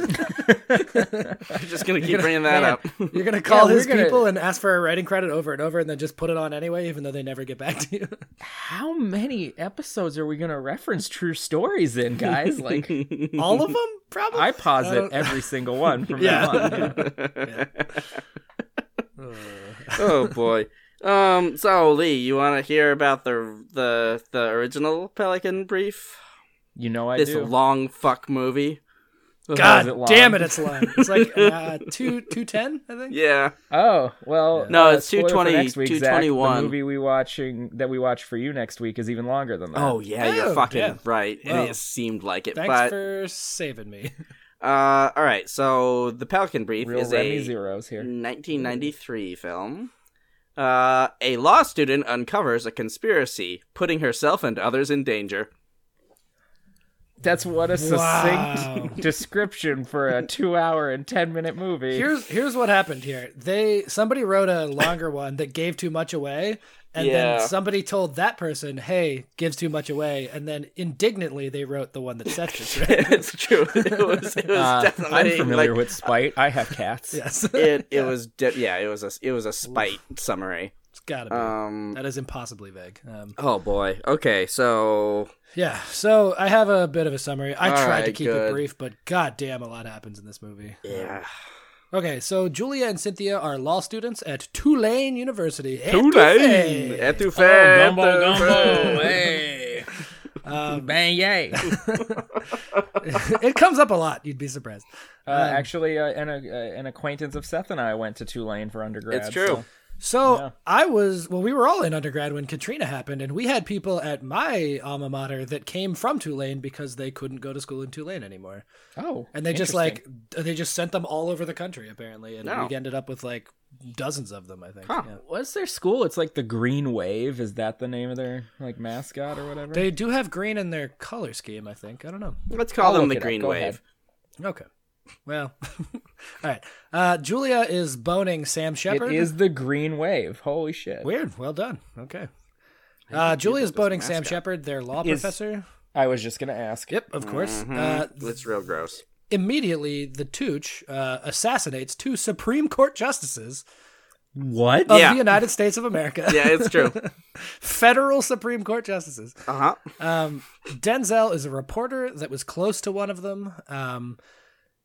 Speaker 3: I'm just gonna keep bringing that up.
Speaker 4: You're gonna call
Speaker 5: we're
Speaker 4: his
Speaker 5: gonna-
Speaker 4: people and ask for a writing credit over and over, and then just put it on anyway, even though they never get back to you.
Speaker 5: How many episodes are we going to reference true stories in, guys? Like,
Speaker 4: All of them, probably.
Speaker 5: I posit
Speaker 4: don't-
Speaker 5: every single one from
Speaker 4: Uh, Yeah.
Speaker 5: now on. Yeah.
Speaker 3: oh boy. Um. So Lee, you want to hear about the the the original Pelican brief?
Speaker 5: You know I
Speaker 3: this
Speaker 5: do.
Speaker 3: long fuck movie. Uh-huh.
Speaker 5: Is it
Speaker 4: God
Speaker 5: long?
Speaker 4: damn it, it's long. It's like uh, two two ten, I think.
Speaker 3: Yeah.
Speaker 5: Oh well,
Speaker 3: No,
Speaker 5: uh,
Speaker 3: it's
Speaker 5: spoiler for
Speaker 3: 220
Speaker 5: next week, Zach.
Speaker 3: 221.
Speaker 5: The movie we watching that we watch for you next week is even longer than that.
Speaker 3: Oh yeah, you're
Speaker 4: Oh,
Speaker 3: fucking
Speaker 4: yeah.
Speaker 3: right.
Speaker 4: Well,
Speaker 3: it seemed like it,
Speaker 4: Thanks
Speaker 3: but
Speaker 4: for saving me.
Speaker 3: uh, all right. So the Pelican Brief
Speaker 5: real
Speaker 3: is
Speaker 5: Remy
Speaker 3: a
Speaker 5: zeros here.
Speaker 3: 1993 film. Uh, a law student uncovers a conspiracy, putting herself and others in danger.
Speaker 5: That's what a
Speaker 4: Wow.
Speaker 5: succinct description for a two-hour and ten-minute movie.
Speaker 4: Here's here's what happened here. They somebody wrote a longer one that gave too much away, and
Speaker 3: Yeah.
Speaker 4: then somebody told that person, "Hey, gives too much away," and then indignantly they wrote the one that sets this right.
Speaker 3: it's true. It was. It was
Speaker 5: Uh, I'm
Speaker 3: definitely
Speaker 5: familiar
Speaker 3: like,
Speaker 5: with spite. I have cats.
Speaker 4: yes,
Speaker 3: it. It was. De- yeah. It was a. It was a spite summary.
Speaker 4: it's gotta be.
Speaker 3: Um.
Speaker 4: that is impossibly vague. Um,
Speaker 3: Oh boy. Okay. So
Speaker 4: yeah, so I have a bit of a summary. I
Speaker 3: All
Speaker 4: tried to
Speaker 3: right,
Speaker 4: keep
Speaker 3: good.
Speaker 4: it brief, but goddamn, a lot happens in this movie.
Speaker 3: yeah.
Speaker 4: Okay, so Julia and Cynthia are law students at Tulane University.
Speaker 3: Tulane. Etouffee.
Speaker 4: Oh,
Speaker 5: hey,
Speaker 4: Um,
Speaker 5: bang yay!
Speaker 4: it comes up a lot. You'd be surprised.
Speaker 5: Uh, actually, uh, an, uh, an acquaintance of Seth and I went to Tulane for undergrad.
Speaker 3: It's true.
Speaker 5: so-
Speaker 4: So
Speaker 5: Yeah.
Speaker 4: I was well, we were all in undergrad when Katrina happened, and we had people at my alma mater that came from Tulane because they couldn't go to school in Tulane anymore,
Speaker 5: Oh,
Speaker 4: and they just
Speaker 5: interesting.
Speaker 4: like they just sent them all over the country apparently, and
Speaker 3: No.
Speaker 4: we ended up with like dozens of them. I think
Speaker 3: Huh.
Speaker 4: Yeah.
Speaker 5: What's their school? It's like the Green Wave. Is that the name of their like mascot or whatever?
Speaker 4: they do have green in their color scheme. I think I don't know.
Speaker 3: Let's call
Speaker 5: I'll look
Speaker 3: them the
Speaker 5: it up.
Speaker 3: Green
Speaker 5: Go
Speaker 3: Wave.
Speaker 5: ahead.
Speaker 4: Okay, well, all right. Uh, Julia is boning Sam Shepard.
Speaker 5: It is the Green Wave. Holy shit!
Speaker 4: weird. Well done. Okay. Uh, Julia is boning Sam Shepard, their law
Speaker 5: Is-
Speaker 4: professor.
Speaker 5: I was just gonna ask.
Speaker 4: Yep, of course.
Speaker 3: Mhm.
Speaker 4: Uh,
Speaker 3: it's real gross.
Speaker 4: immediately the Tooch uh, assassinates two Supreme Court justices
Speaker 5: What?
Speaker 4: of
Speaker 3: Yeah.
Speaker 4: the United States of America.
Speaker 3: Yeah, it's true.
Speaker 4: Federal Supreme Court justices.
Speaker 3: Uh huh.
Speaker 4: Um, Denzel is a reporter that was close to one of them. Um,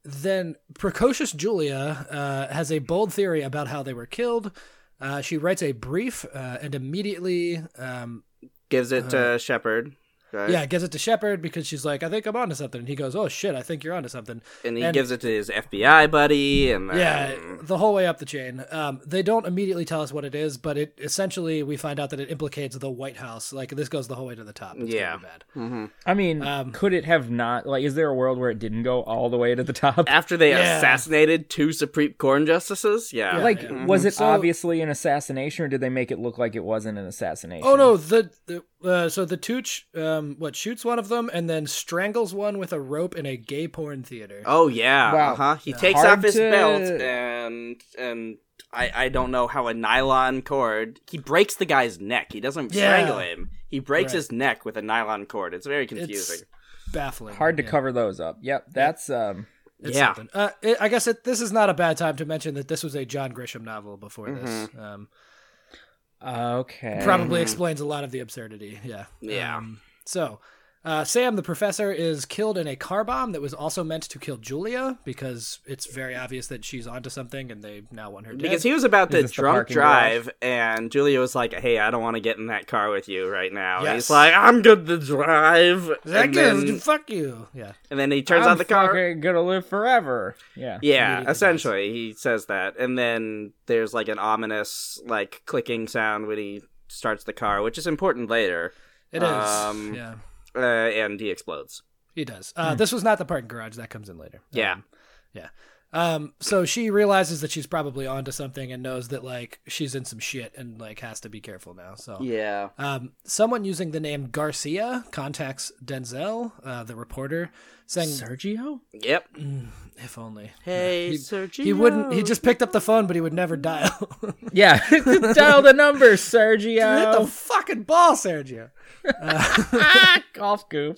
Speaker 4: then precocious Julia uh, has a bold theory about how they were killed. Uh, she writes a brief uh, and immediately, um,
Speaker 3: Gives it to Shepard. right?
Speaker 4: Uh-huh. yeah, gives it to Shepard because she's like, "I think I'm onto something." And he goes, "Oh shit, I think you're onto something."
Speaker 3: and he
Speaker 4: And-
Speaker 3: gives it to his FBI buddy, and then,
Speaker 4: Yeah, the whole way up the chain. Um, they don't immediately tell us what it is, but it essentially we find out that it implicates the White House. Like this goes the whole way to the top. It's
Speaker 3: Yeah.
Speaker 4: gonna be bad.
Speaker 3: Mm-hmm.
Speaker 5: I mean,
Speaker 4: Um,
Speaker 5: could it have not? Like, is there a world where it didn't go all the way to the top?
Speaker 3: after they
Speaker 4: Yeah.
Speaker 3: assassinated two Supreme Court justices, yeah, Mm-hmm.
Speaker 4: Yeah.
Speaker 5: Like, was it
Speaker 4: So-
Speaker 5: obviously an assassination, or did they make it look like it wasn't an assassination?
Speaker 4: Oh no, the, the uh, so the Tooch um, what shoots one of them and then strangles one with a rope in a gay porn theater.
Speaker 3: oh yeah,
Speaker 5: Wow.
Speaker 3: uh huh. He takes
Speaker 5: Hard
Speaker 3: off his
Speaker 5: to-
Speaker 3: belt and and. I, I don't know how a nylon cord. He breaks the guy's neck. He doesn't
Speaker 4: Yeah.
Speaker 3: strangle him. He breaks
Speaker 4: Right.
Speaker 3: his neck with a nylon cord. It's very confusing.
Speaker 4: Baffling.
Speaker 5: Hard to
Speaker 4: Yeah.
Speaker 5: cover those up. Yep, that's um.
Speaker 4: It's
Speaker 3: yeah.
Speaker 4: something. Uh, it, I guess it, this is not a bad time to mention that this was a John Grisham novel before this.
Speaker 3: Mm-hmm.
Speaker 4: Um,
Speaker 5: Okay.
Speaker 4: probably explains a lot of the absurdity. Yeah.
Speaker 3: Yeah.
Speaker 4: Um, so Uh, Sam, the professor, is killed in a car bomb that was also meant to kill Julia because it's very obvious that she's onto something and they now want her dead.
Speaker 3: Because he was about
Speaker 5: Is
Speaker 3: to
Speaker 5: this the
Speaker 3: drunk
Speaker 5: parking
Speaker 3: drive, and Julia was like, "Hey, I don't want to get in that car with you right now." And
Speaker 4: Yes.
Speaker 3: he's like, "I'm good to drive,"
Speaker 4: That
Speaker 3: and
Speaker 4: goes,
Speaker 3: then,
Speaker 4: fuck you. Yeah.
Speaker 3: and then he turns
Speaker 5: I'm
Speaker 3: on the car.
Speaker 5: fucking gonna live forever. Yeah.
Speaker 3: Yeah,
Speaker 4: Immediately dies.
Speaker 3: essentially, he says that, and then there's like an ominous, like clicking sound when he starts the car, which is important later.
Speaker 4: It is.
Speaker 3: Um,
Speaker 4: yeah.
Speaker 3: Uh, and he explodes.
Speaker 4: He does. Uh, This was not the parking garage. That comes in later.
Speaker 3: Yeah.
Speaker 4: Um, yeah. Um, so she realizes that she's probably onto something and knows that like she's in some shit and like has to be careful now. So
Speaker 3: Yeah,
Speaker 4: um, someone using the name Garcia contacts Denzel, uh, the reporter, saying, "Mm,
Speaker 5: Sergio?
Speaker 3: yep.
Speaker 4: "If only."
Speaker 3: Hey,
Speaker 4: He-
Speaker 3: Sergio.
Speaker 4: He wouldn't. He just picked up the phone, but he would never dial.
Speaker 5: Yeah. Dial the number,
Speaker 4: Hit the
Speaker 5: Sergio.
Speaker 4: fucking ball, Sergio. Uh,
Speaker 5: ah, golf goof.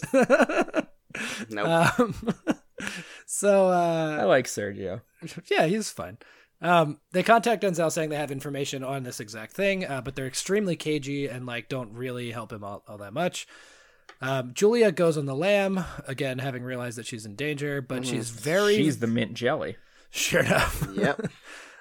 Speaker 3: Nope.
Speaker 4: Um, so uh,
Speaker 5: I like Sergio.
Speaker 4: yeah, he's fine. Um, they contact Denzel saying they have information on this exact thing, uh, but they're extremely cagey and like don't really help him all, all that much. Um, Julia goes on the lam again, having realized that she's in danger, but
Speaker 5: Mm-hmm.
Speaker 4: she's very
Speaker 5: She's the mint jelly.
Speaker 4: sure enough.
Speaker 3: yep.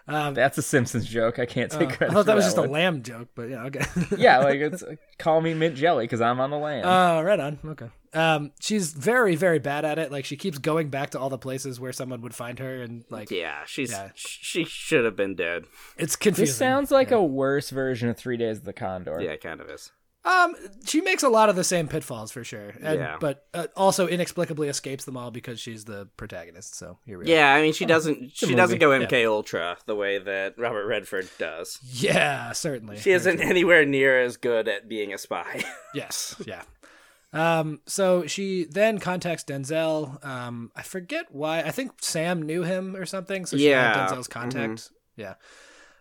Speaker 5: That's a Simpsons joke. I can't take
Speaker 4: Uh, I
Speaker 5: credit.
Speaker 4: thought
Speaker 5: for
Speaker 4: that was just
Speaker 5: one.
Speaker 4: a lamb joke, but yeah, okay.
Speaker 5: yeah, like it's uh, call me mint jelly because I'm on the land.
Speaker 4: Uh, right on. Okay. Um, she's very, very bad at it. Like she keeps going back to all the places where someone would find her, and like
Speaker 3: Yeah, she's
Speaker 4: Yeah.
Speaker 3: she should have been dead.
Speaker 4: it's confusing.
Speaker 5: this sounds like a worse version of Three Days of the Condor.
Speaker 3: Yeah, kind of is.
Speaker 4: Um, she makes a lot of the same pitfalls for sure, and,
Speaker 3: Yeah.
Speaker 4: but uh, also inexplicably escapes them all because she's the protagonist. So here we are.
Speaker 3: Yeah, I mean she doesn't she
Speaker 5: movie.
Speaker 3: doesn't go MK Ultra the way that Robert Redford does.
Speaker 4: yeah, certainly.
Speaker 3: She isn't anywhere near as good at being a spy.
Speaker 4: Yes, yeah. Um, so she then contacts Denzel. Um, I forget why. I think Sam knew him or something. So she
Speaker 3: Yeah, Mm-hmm.
Speaker 4: had Denzel's contact. Yeah.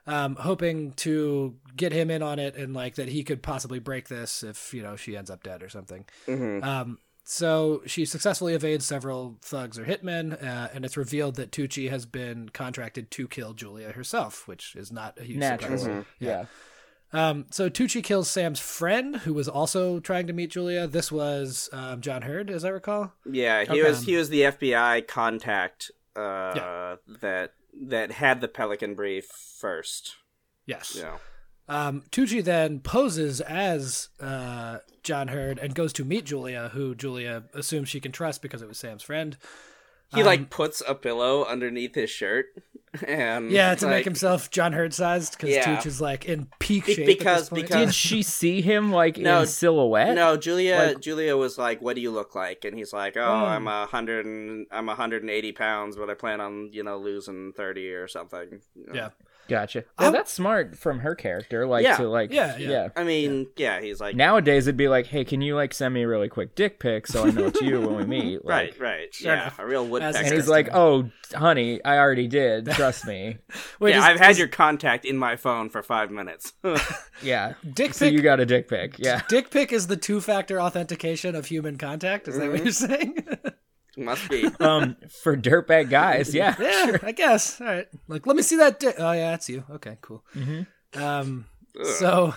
Speaker 4: Um, hoping to get him in on it and like that he could possibly break this if you know she ends up dead or something.
Speaker 3: Mm-hmm.
Speaker 4: Um, so she successfully evades several thugs or hitmen, uh, and it's revealed that Tucci has been contracted to kill Julia herself, which is not a huge
Speaker 5: Naturally.
Speaker 4: surprise.
Speaker 5: Yeah.
Speaker 4: Um, so Tucci kills Sam's friend, who was also trying to meet Julia. This was um, John Hurd, as I recall.
Speaker 3: Yeah, he
Speaker 4: Okay.
Speaker 3: was he was the FBI contact uh, that that had the Pelican brief first.
Speaker 4: Yes.
Speaker 3: You know.
Speaker 4: Um, Tucci then poses as uh, John Hurd and goes to meet Julia, who Julia assumes she can trust because it was Sam's friend.
Speaker 3: He
Speaker 4: Um,
Speaker 3: like puts a pillow underneath his shirt and
Speaker 4: Yeah, to
Speaker 3: like,
Speaker 4: make himself John Hurd sized because
Speaker 3: Yeah.
Speaker 4: Tucci is like in peak
Speaker 3: Be-
Speaker 4: shape. at
Speaker 3: because-
Speaker 4: this point.
Speaker 3: because-
Speaker 5: Did she see him like
Speaker 3: No,
Speaker 5: in silhouette?
Speaker 3: No, Julia Julia was like, What do you look like? And he's like, Oh,
Speaker 4: Hmm.
Speaker 3: I'm a hundred and I'm a hundred and eighty pounds, but I plan on, you know, losing thirty or something. you know.
Speaker 4: yeah,
Speaker 5: Gotcha. Well, that's smart from her character. Like
Speaker 3: Yeah.
Speaker 5: to like.
Speaker 4: Yeah, yeah.
Speaker 3: I mean, yeah, he's like
Speaker 5: Nowadays it'd be like, hey, can you like send me a really quick dick pic so I know it's you when we meet? Like,
Speaker 3: Right, right. yeah.
Speaker 4: enough.
Speaker 3: A real woodpecker.
Speaker 5: And he's like, oh, honey, I already did. Trust me.
Speaker 4: Wait,
Speaker 3: yeah,
Speaker 4: is-
Speaker 3: I've had your contact in my phone for five minutes.
Speaker 5: Yeah.
Speaker 4: dick
Speaker 5: So
Speaker 4: pic.
Speaker 5: you got a dick pic. Yeah.
Speaker 4: Dick pic is the two factor authentication of human contact. Is that what you're saying?
Speaker 3: Must be.
Speaker 5: Um, for dirtbag guys. Yeah.
Speaker 4: Yeah, I guess. All right. Like, let me see that. Di- oh, yeah, that's you. Okay, cool. Um, so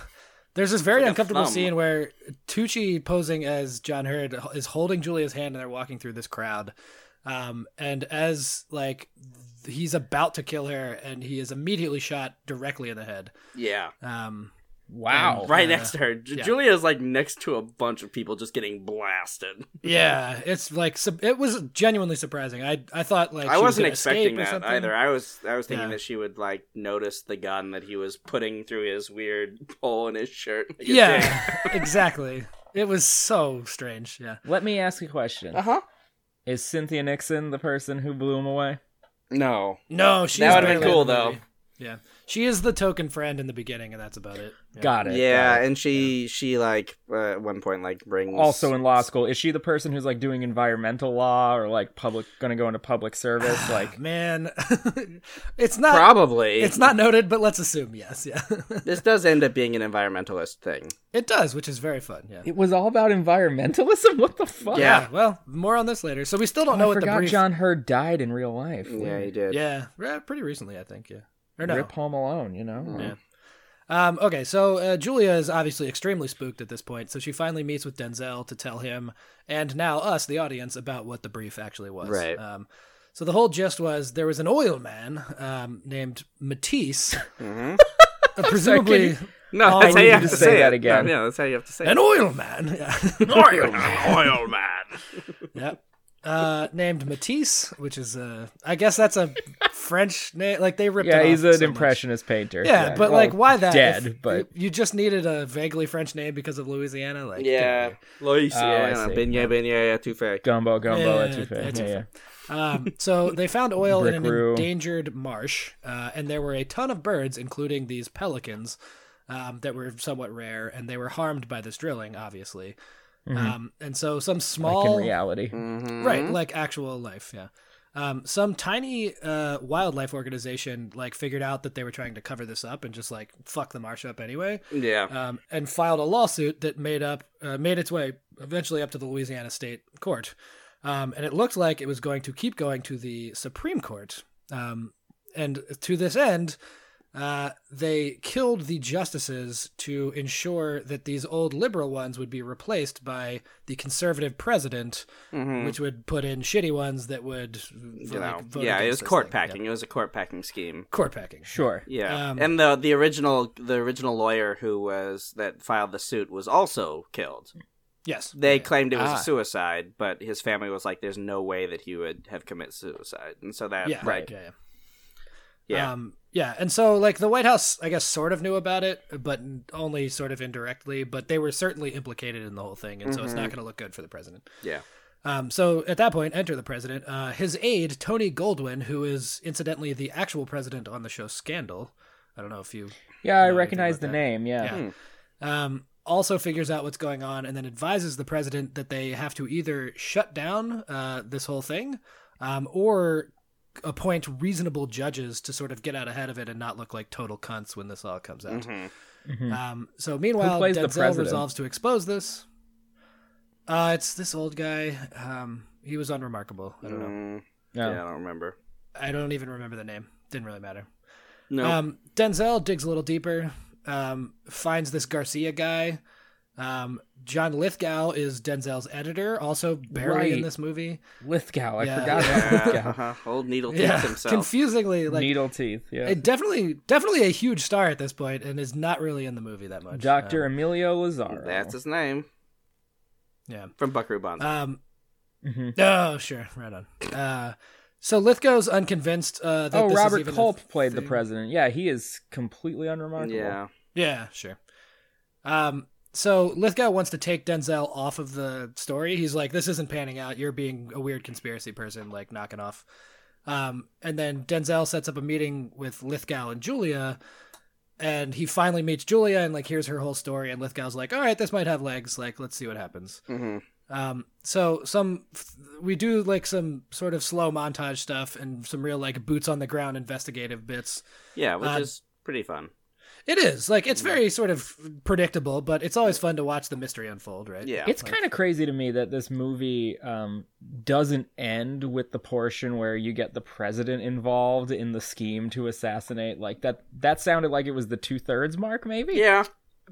Speaker 4: there's this very uncomfortable
Speaker 3: thumb.
Speaker 4: scene where Tucci, posing as John Hurd, is holding Julia's hand, and they're walking through this crowd. Um, and as like th- he's about to kill her, and he is immediately shot directly in the head.
Speaker 3: Yeah.
Speaker 4: Um,
Speaker 5: Wow.
Speaker 3: Right next to her. J- Julia's like next to a bunch of people just getting blasted.
Speaker 4: yeah, it's like sub- it was genuinely surprising. I I thought like
Speaker 3: I
Speaker 4: she was
Speaker 3: wasn't
Speaker 4: gonna
Speaker 3: expecting
Speaker 4: escape or
Speaker 3: that
Speaker 4: something.
Speaker 3: either. I was I was thinking
Speaker 4: Yeah.
Speaker 3: that she would like notice the gun that he was putting through his weird hole in his shirt. like a dick.
Speaker 4: Yeah, exactly. It was so strange. Yeah.
Speaker 5: Let me ask a question.
Speaker 3: Uh-huh.
Speaker 5: Is Cynthia Nixon the person who blew him away?
Speaker 3: No.
Speaker 4: No, she
Speaker 3: That
Speaker 4: is
Speaker 3: would've been
Speaker 4: barely in
Speaker 3: cool,
Speaker 4: the
Speaker 3: though.
Speaker 4: movie. Yeah, she is the token friend in the beginning, and that's about it. Yeah.
Speaker 5: Got it.
Speaker 3: Yeah,
Speaker 5: got it.
Speaker 3: and she she like uh, at one point like brings
Speaker 5: Also in law school, is she the person who's like doing environmental law or like public going to go into public service? Like,
Speaker 4: man, it's not
Speaker 3: probably
Speaker 4: it's not noted, but let's assume yes. Yeah,
Speaker 3: this does end up being an environmentalist thing.
Speaker 4: it does, which is very fun. Yeah.
Speaker 5: it was all about environmentalism. What the fuck?
Speaker 3: Yeah.
Speaker 4: Well, more on this later. So we still
Speaker 3: Oh,
Speaker 4: don't know
Speaker 5: I
Speaker 4: what the
Speaker 5: forgot
Speaker 4: brief.
Speaker 5: John Hurd died in real life.
Speaker 3: Yeah, he did.
Speaker 4: Yeah, re- pretty recently, I think. Yeah, or no. Mm.
Speaker 5: Rip Home Alone, you know?
Speaker 4: Yeah. Um, okay, so uh, Julia is obviously extremely spooked at this point, so she finally meets with Denzel to tell him, and now us, the audience, about what the brief actually was.
Speaker 2: Right.
Speaker 4: Um, so the whole gist was there was an oil man um, named Matisse, presumably
Speaker 3: No,
Speaker 4: Oh,
Speaker 3: that's how
Speaker 4: I need
Speaker 3: you
Speaker 4: you
Speaker 3: have
Speaker 4: to
Speaker 3: to
Speaker 5: say
Speaker 3: say,
Speaker 5: that
Speaker 3: it.
Speaker 5: again.
Speaker 3: No, yeah, that's how you have to say
Speaker 4: an
Speaker 3: it.
Speaker 4: oil man. Yeah.
Speaker 3: Oil man. Oil man.
Speaker 4: yep. Uh, named Matisse, which is uh, I guess that's a French name. Like they ripped.
Speaker 5: Yeah,
Speaker 4: it
Speaker 5: he's
Speaker 4: off
Speaker 5: an
Speaker 4: so much.
Speaker 5: impressionist painter.
Speaker 4: Yeah, but like,
Speaker 5: well,
Speaker 4: why that? If
Speaker 5: dead? but
Speaker 4: you you just needed a vaguely French name because of Louisiana. Like, get out
Speaker 3: Yeah.
Speaker 4: of here.
Speaker 5: Oh, I
Speaker 3: Louisiana.
Speaker 5: see.
Speaker 3: Beignet, beignet, yeah, too fair.
Speaker 5: gumbo, gumbo,
Speaker 4: Yeah,
Speaker 5: that's your
Speaker 4: that's
Speaker 5: Yeah,
Speaker 4: your
Speaker 5: yeah.
Speaker 4: Um, so they found oil in an
Speaker 5: Brick Rue.
Speaker 4: endangered marsh, uh, and there were a ton of birds, including these pelicans, um, that were somewhat rare, and they were harmed by this drilling, obviously. Um, and so some
Speaker 5: Like
Speaker 4: small,
Speaker 5: in reality.
Speaker 4: Mm.
Speaker 3: Mm-hmm.
Speaker 4: right, like actual life, yeah. Um, some tiny uh, wildlife organization like figured out that they were trying to cover this up and just like fuck the marsh up anyway.
Speaker 3: Yeah.
Speaker 4: um, and filed a lawsuit that made up uh, made its way eventually up to the Louisiana State Court, um, and it looked like it was going to keep going to the Supreme Court. Um, and to this end, uh, they killed the justices to ensure that these old liberal ones would be replaced by the conservative president, which would put in shitty ones that would
Speaker 3: Hmm. Mm-hmm. you know,
Speaker 4: like, vote
Speaker 3: yeah, it
Speaker 4: against
Speaker 3: was
Speaker 4: this
Speaker 3: court
Speaker 4: thing.
Speaker 3: packing.
Speaker 4: Yeah.
Speaker 3: It was a court packing scheme.
Speaker 4: Court packing.
Speaker 5: Sure.
Speaker 3: Yeah,
Speaker 4: Um,
Speaker 3: and the the original the original lawyer who was that filed the suit was also killed.
Speaker 4: Yes.
Speaker 3: They claimed it was
Speaker 5: Ah.
Speaker 3: a suicide, but his family was like, "There's no way that he would have committed suicide," and so that
Speaker 4: yeah,
Speaker 3: like
Speaker 4: yeah, yeah.
Speaker 3: yeah.
Speaker 4: Um, yeah. And so, like, the White House, I guess, sort of knew about it, but only sort of indirectly, but they were certainly implicated in the whole thing. And so it's not going to look good for the president.
Speaker 3: Mm-hmm. yeah.
Speaker 4: Um, so at that point, enter the president. Uh, his aide, Tony Goldwyn, who is incidentally the actual president on the show Scandal. I don't know if you.
Speaker 5: Yeah, I
Speaker 4: anything
Speaker 5: recognize
Speaker 4: about
Speaker 5: the
Speaker 4: that.
Speaker 5: name. Yeah.
Speaker 4: Yeah.
Speaker 5: Hmm.
Speaker 4: Um, also figures out what's going on and then advises the president that they have to either shut down uh, this whole thing um, or appoint reasonable judges to sort of get out ahead of it and not look like total cunts when this all comes out. Um, so
Speaker 5: Mm-hmm. Hmm.
Speaker 4: meanwhile,
Speaker 5: Who plays the
Speaker 4: Denzel
Speaker 5: president?
Speaker 4: resolves to expose this. Uh, it's this old guy. Um, he was unremarkable. I don't
Speaker 5: Hmm.
Speaker 4: know.
Speaker 3: Mm,
Speaker 5: No.
Speaker 3: yeah, I don't remember.
Speaker 4: I don't even remember the name. Didn't really matter.
Speaker 3: No,
Speaker 4: Um, Denzel digs a little deeper, um, finds this Garcia guy. Um, John Lithgow is Denzel's editor, also barely in
Speaker 5: Right.
Speaker 4: this movie.
Speaker 5: Lithgow. I
Speaker 4: Yeah.
Speaker 5: forgot about
Speaker 3: yeah,
Speaker 5: Lithgow.
Speaker 3: uh-huh. old needle tips himself.
Speaker 4: confusingly, like
Speaker 5: Needle teeth. Yeah.
Speaker 4: it definitely, definitely a huge star at this point, and is not really in the movie that much.
Speaker 5: Doctor
Speaker 4: Um,
Speaker 5: Emilio Lazaro.
Speaker 3: That's his name
Speaker 4: yeah.
Speaker 3: from Buckaroo Banzai.
Speaker 4: Um,
Speaker 5: Mhm.
Speaker 4: oh sure, right on. Uh, so Lithgow's unconvinced. Uh, that
Speaker 5: Oh,
Speaker 4: this is
Speaker 5: Robert
Speaker 4: even a
Speaker 5: Culp played the
Speaker 4: thing.
Speaker 5: president. Yeah, he is completely unremarkable.
Speaker 3: yeah,
Speaker 4: Yeah, sure. Um, so Lithgow wants to take Denzel off of the story. He's like, "This isn't panning out. You're being a weird conspiracy person, like knocking off." Um, and then Denzel sets up a meeting with Lithgow and Julia, and he finally meets Julia and like hears her whole story. And Lithgow's like, "All right, this might have legs. Like, let's see what happens."
Speaker 3: Mhm.
Speaker 4: Um, so some we do like some sort of slow montage stuff and some real like boots on the ground investigative bits.
Speaker 3: yeah, which
Speaker 4: Uh,
Speaker 3: is pretty fun.
Speaker 4: It is like
Speaker 3: Mm.
Speaker 4: it's very sort of predictable, but it's always fun to watch the mystery unfold, right?
Speaker 3: Yeah,
Speaker 5: It's kind of crazy to me that this movie um, doesn't end with the portion where you get the president involved in the scheme to assassinate. Like that, that sounded like it was the two thirds mark, maybe.
Speaker 3: yeah,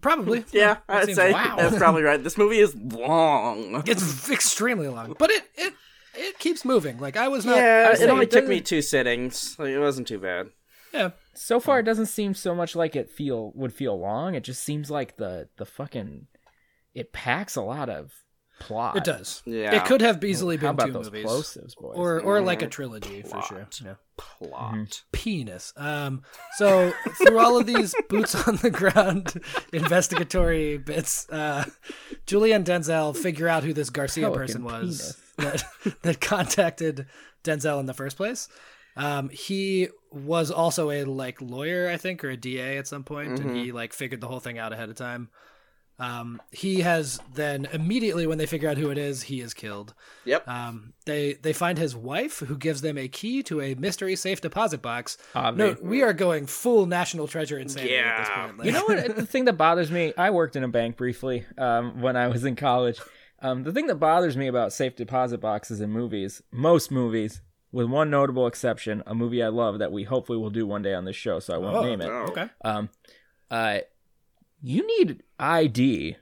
Speaker 4: probably.
Speaker 3: yeah.
Speaker 4: That
Speaker 3: I'd
Speaker 4: seems-
Speaker 3: say
Speaker 4: wow.
Speaker 3: that's probably right. This movie is long.
Speaker 4: it's extremely long, but it it it keeps moving. Like I was not.
Speaker 3: yeah,
Speaker 5: I'd
Speaker 3: it
Speaker 5: say
Speaker 3: only
Speaker 5: it
Speaker 3: took me
Speaker 5: doesn't-
Speaker 3: two sittings. Like, it wasn't too bad.
Speaker 4: yeah.
Speaker 5: So far, it doesn't seem so much like it feel would feel long. It just seems like the the fucking it packs a lot of plot.
Speaker 4: It does.
Speaker 3: Yeah. Mm.
Speaker 4: It could have easily
Speaker 5: How
Speaker 4: been
Speaker 5: about
Speaker 4: two
Speaker 5: those
Speaker 4: movies,
Speaker 5: plosives, boys?
Speaker 4: or or like a trilogy
Speaker 3: Plot.
Speaker 4: for sure. Yeah.
Speaker 3: Plot.
Speaker 4: Mm-hmm. Penis. Um. So through all of these boots on the ground investigatory bits, uh, Julie and Denzel figure out who this Garcia
Speaker 5: Pelican
Speaker 4: person was that, that contacted Denzel in the first place. Um, he was also a like lawyer, I think, or a DA at some point, and he like figured the whole thing out ahead of time. Um, he has then immediately when they figure out who it is, he is killed.
Speaker 3: Yep.
Speaker 4: Um, they they find his wife, who gives them a key to a mystery safe deposit box.
Speaker 5: Obvi.
Speaker 4: No, we are going full National Treasure insanity at this
Speaker 3: Yeah.
Speaker 4: point.
Speaker 5: You
Speaker 4: like-
Speaker 5: know what? The thing that bothers me, I worked in a bank briefly um, when I was in college. Um, the thing that bothers me about safe deposit boxes in movies, most movies, with one notable exception, a movie I love that we hopefully will do one day on this show, so I won't
Speaker 4: Oh,
Speaker 5: name it.
Speaker 3: Oh.
Speaker 4: Okay.
Speaker 5: Um, uh, you need ID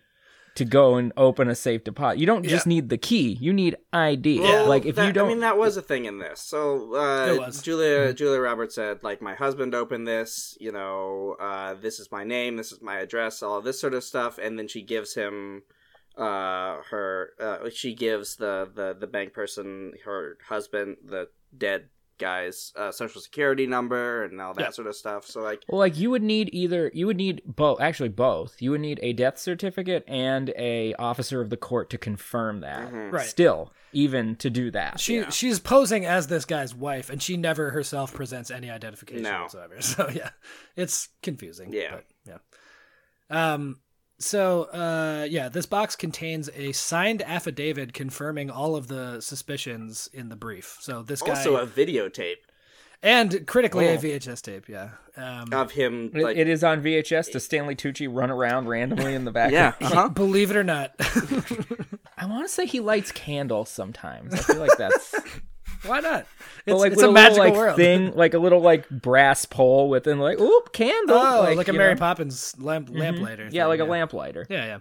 Speaker 5: to go and open a safe deposit. You don't just need the key; you need ID.
Speaker 3: Well,
Speaker 5: like if
Speaker 3: that-
Speaker 5: you don't,
Speaker 3: I mean, that was a thing in this. So uh,
Speaker 4: It was. Mm-hmm.
Speaker 3: Julia Julia Roberts said, like, my husband opened this. You know, uh, this is my name. This is my address. All this sort of stuff. And then she gives him uh her uh she gives the the the bank person her husband the dead guy's uh social security number and all that
Speaker 4: Yeah.
Speaker 3: sort of stuff so like
Speaker 5: Well, like you would need either you would need both actually both. You would need a death certificate and a officer of the court to confirm that.
Speaker 3: mhm.
Speaker 4: Right.
Speaker 5: Still, even to do that.
Speaker 4: She she's posing as this guy's wife, and she never herself presents any identification
Speaker 3: No.
Speaker 4: whatsoever. So yeah, it's confusing.
Speaker 3: Yeah.
Speaker 4: but, yeah. Um. So uh, yeah, this box contains a signed affidavit confirming all of the suspicions in the brief. So this guy
Speaker 3: also a videotape
Speaker 4: and critically a
Speaker 5: Oh. Uh,
Speaker 4: VHS tape. Yeah. Um,
Speaker 3: of him
Speaker 5: It-
Speaker 3: like
Speaker 5: it is on VHS. Does Stanley Tucci run around randomly in the back?
Speaker 3: yeah uh-huh.
Speaker 4: Believe it or not,
Speaker 5: I want to say he lights candles sometimes. I feel like that's
Speaker 4: why not?
Speaker 5: but
Speaker 4: It's,
Speaker 5: like
Speaker 4: it's
Speaker 5: with
Speaker 4: a
Speaker 5: little,
Speaker 4: magical
Speaker 5: like,
Speaker 4: world.
Speaker 5: thing, like a little like brass pole within like oop candle,
Speaker 4: Oh, like, a
Speaker 5: you
Speaker 4: Mary
Speaker 5: know? Mm-hmm.
Speaker 4: Poppins lamp lamplighter.
Speaker 5: Yeah,
Speaker 4: thing,
Speaker 5: like a lamplighter.
Speaker 4: Yeah, yeah.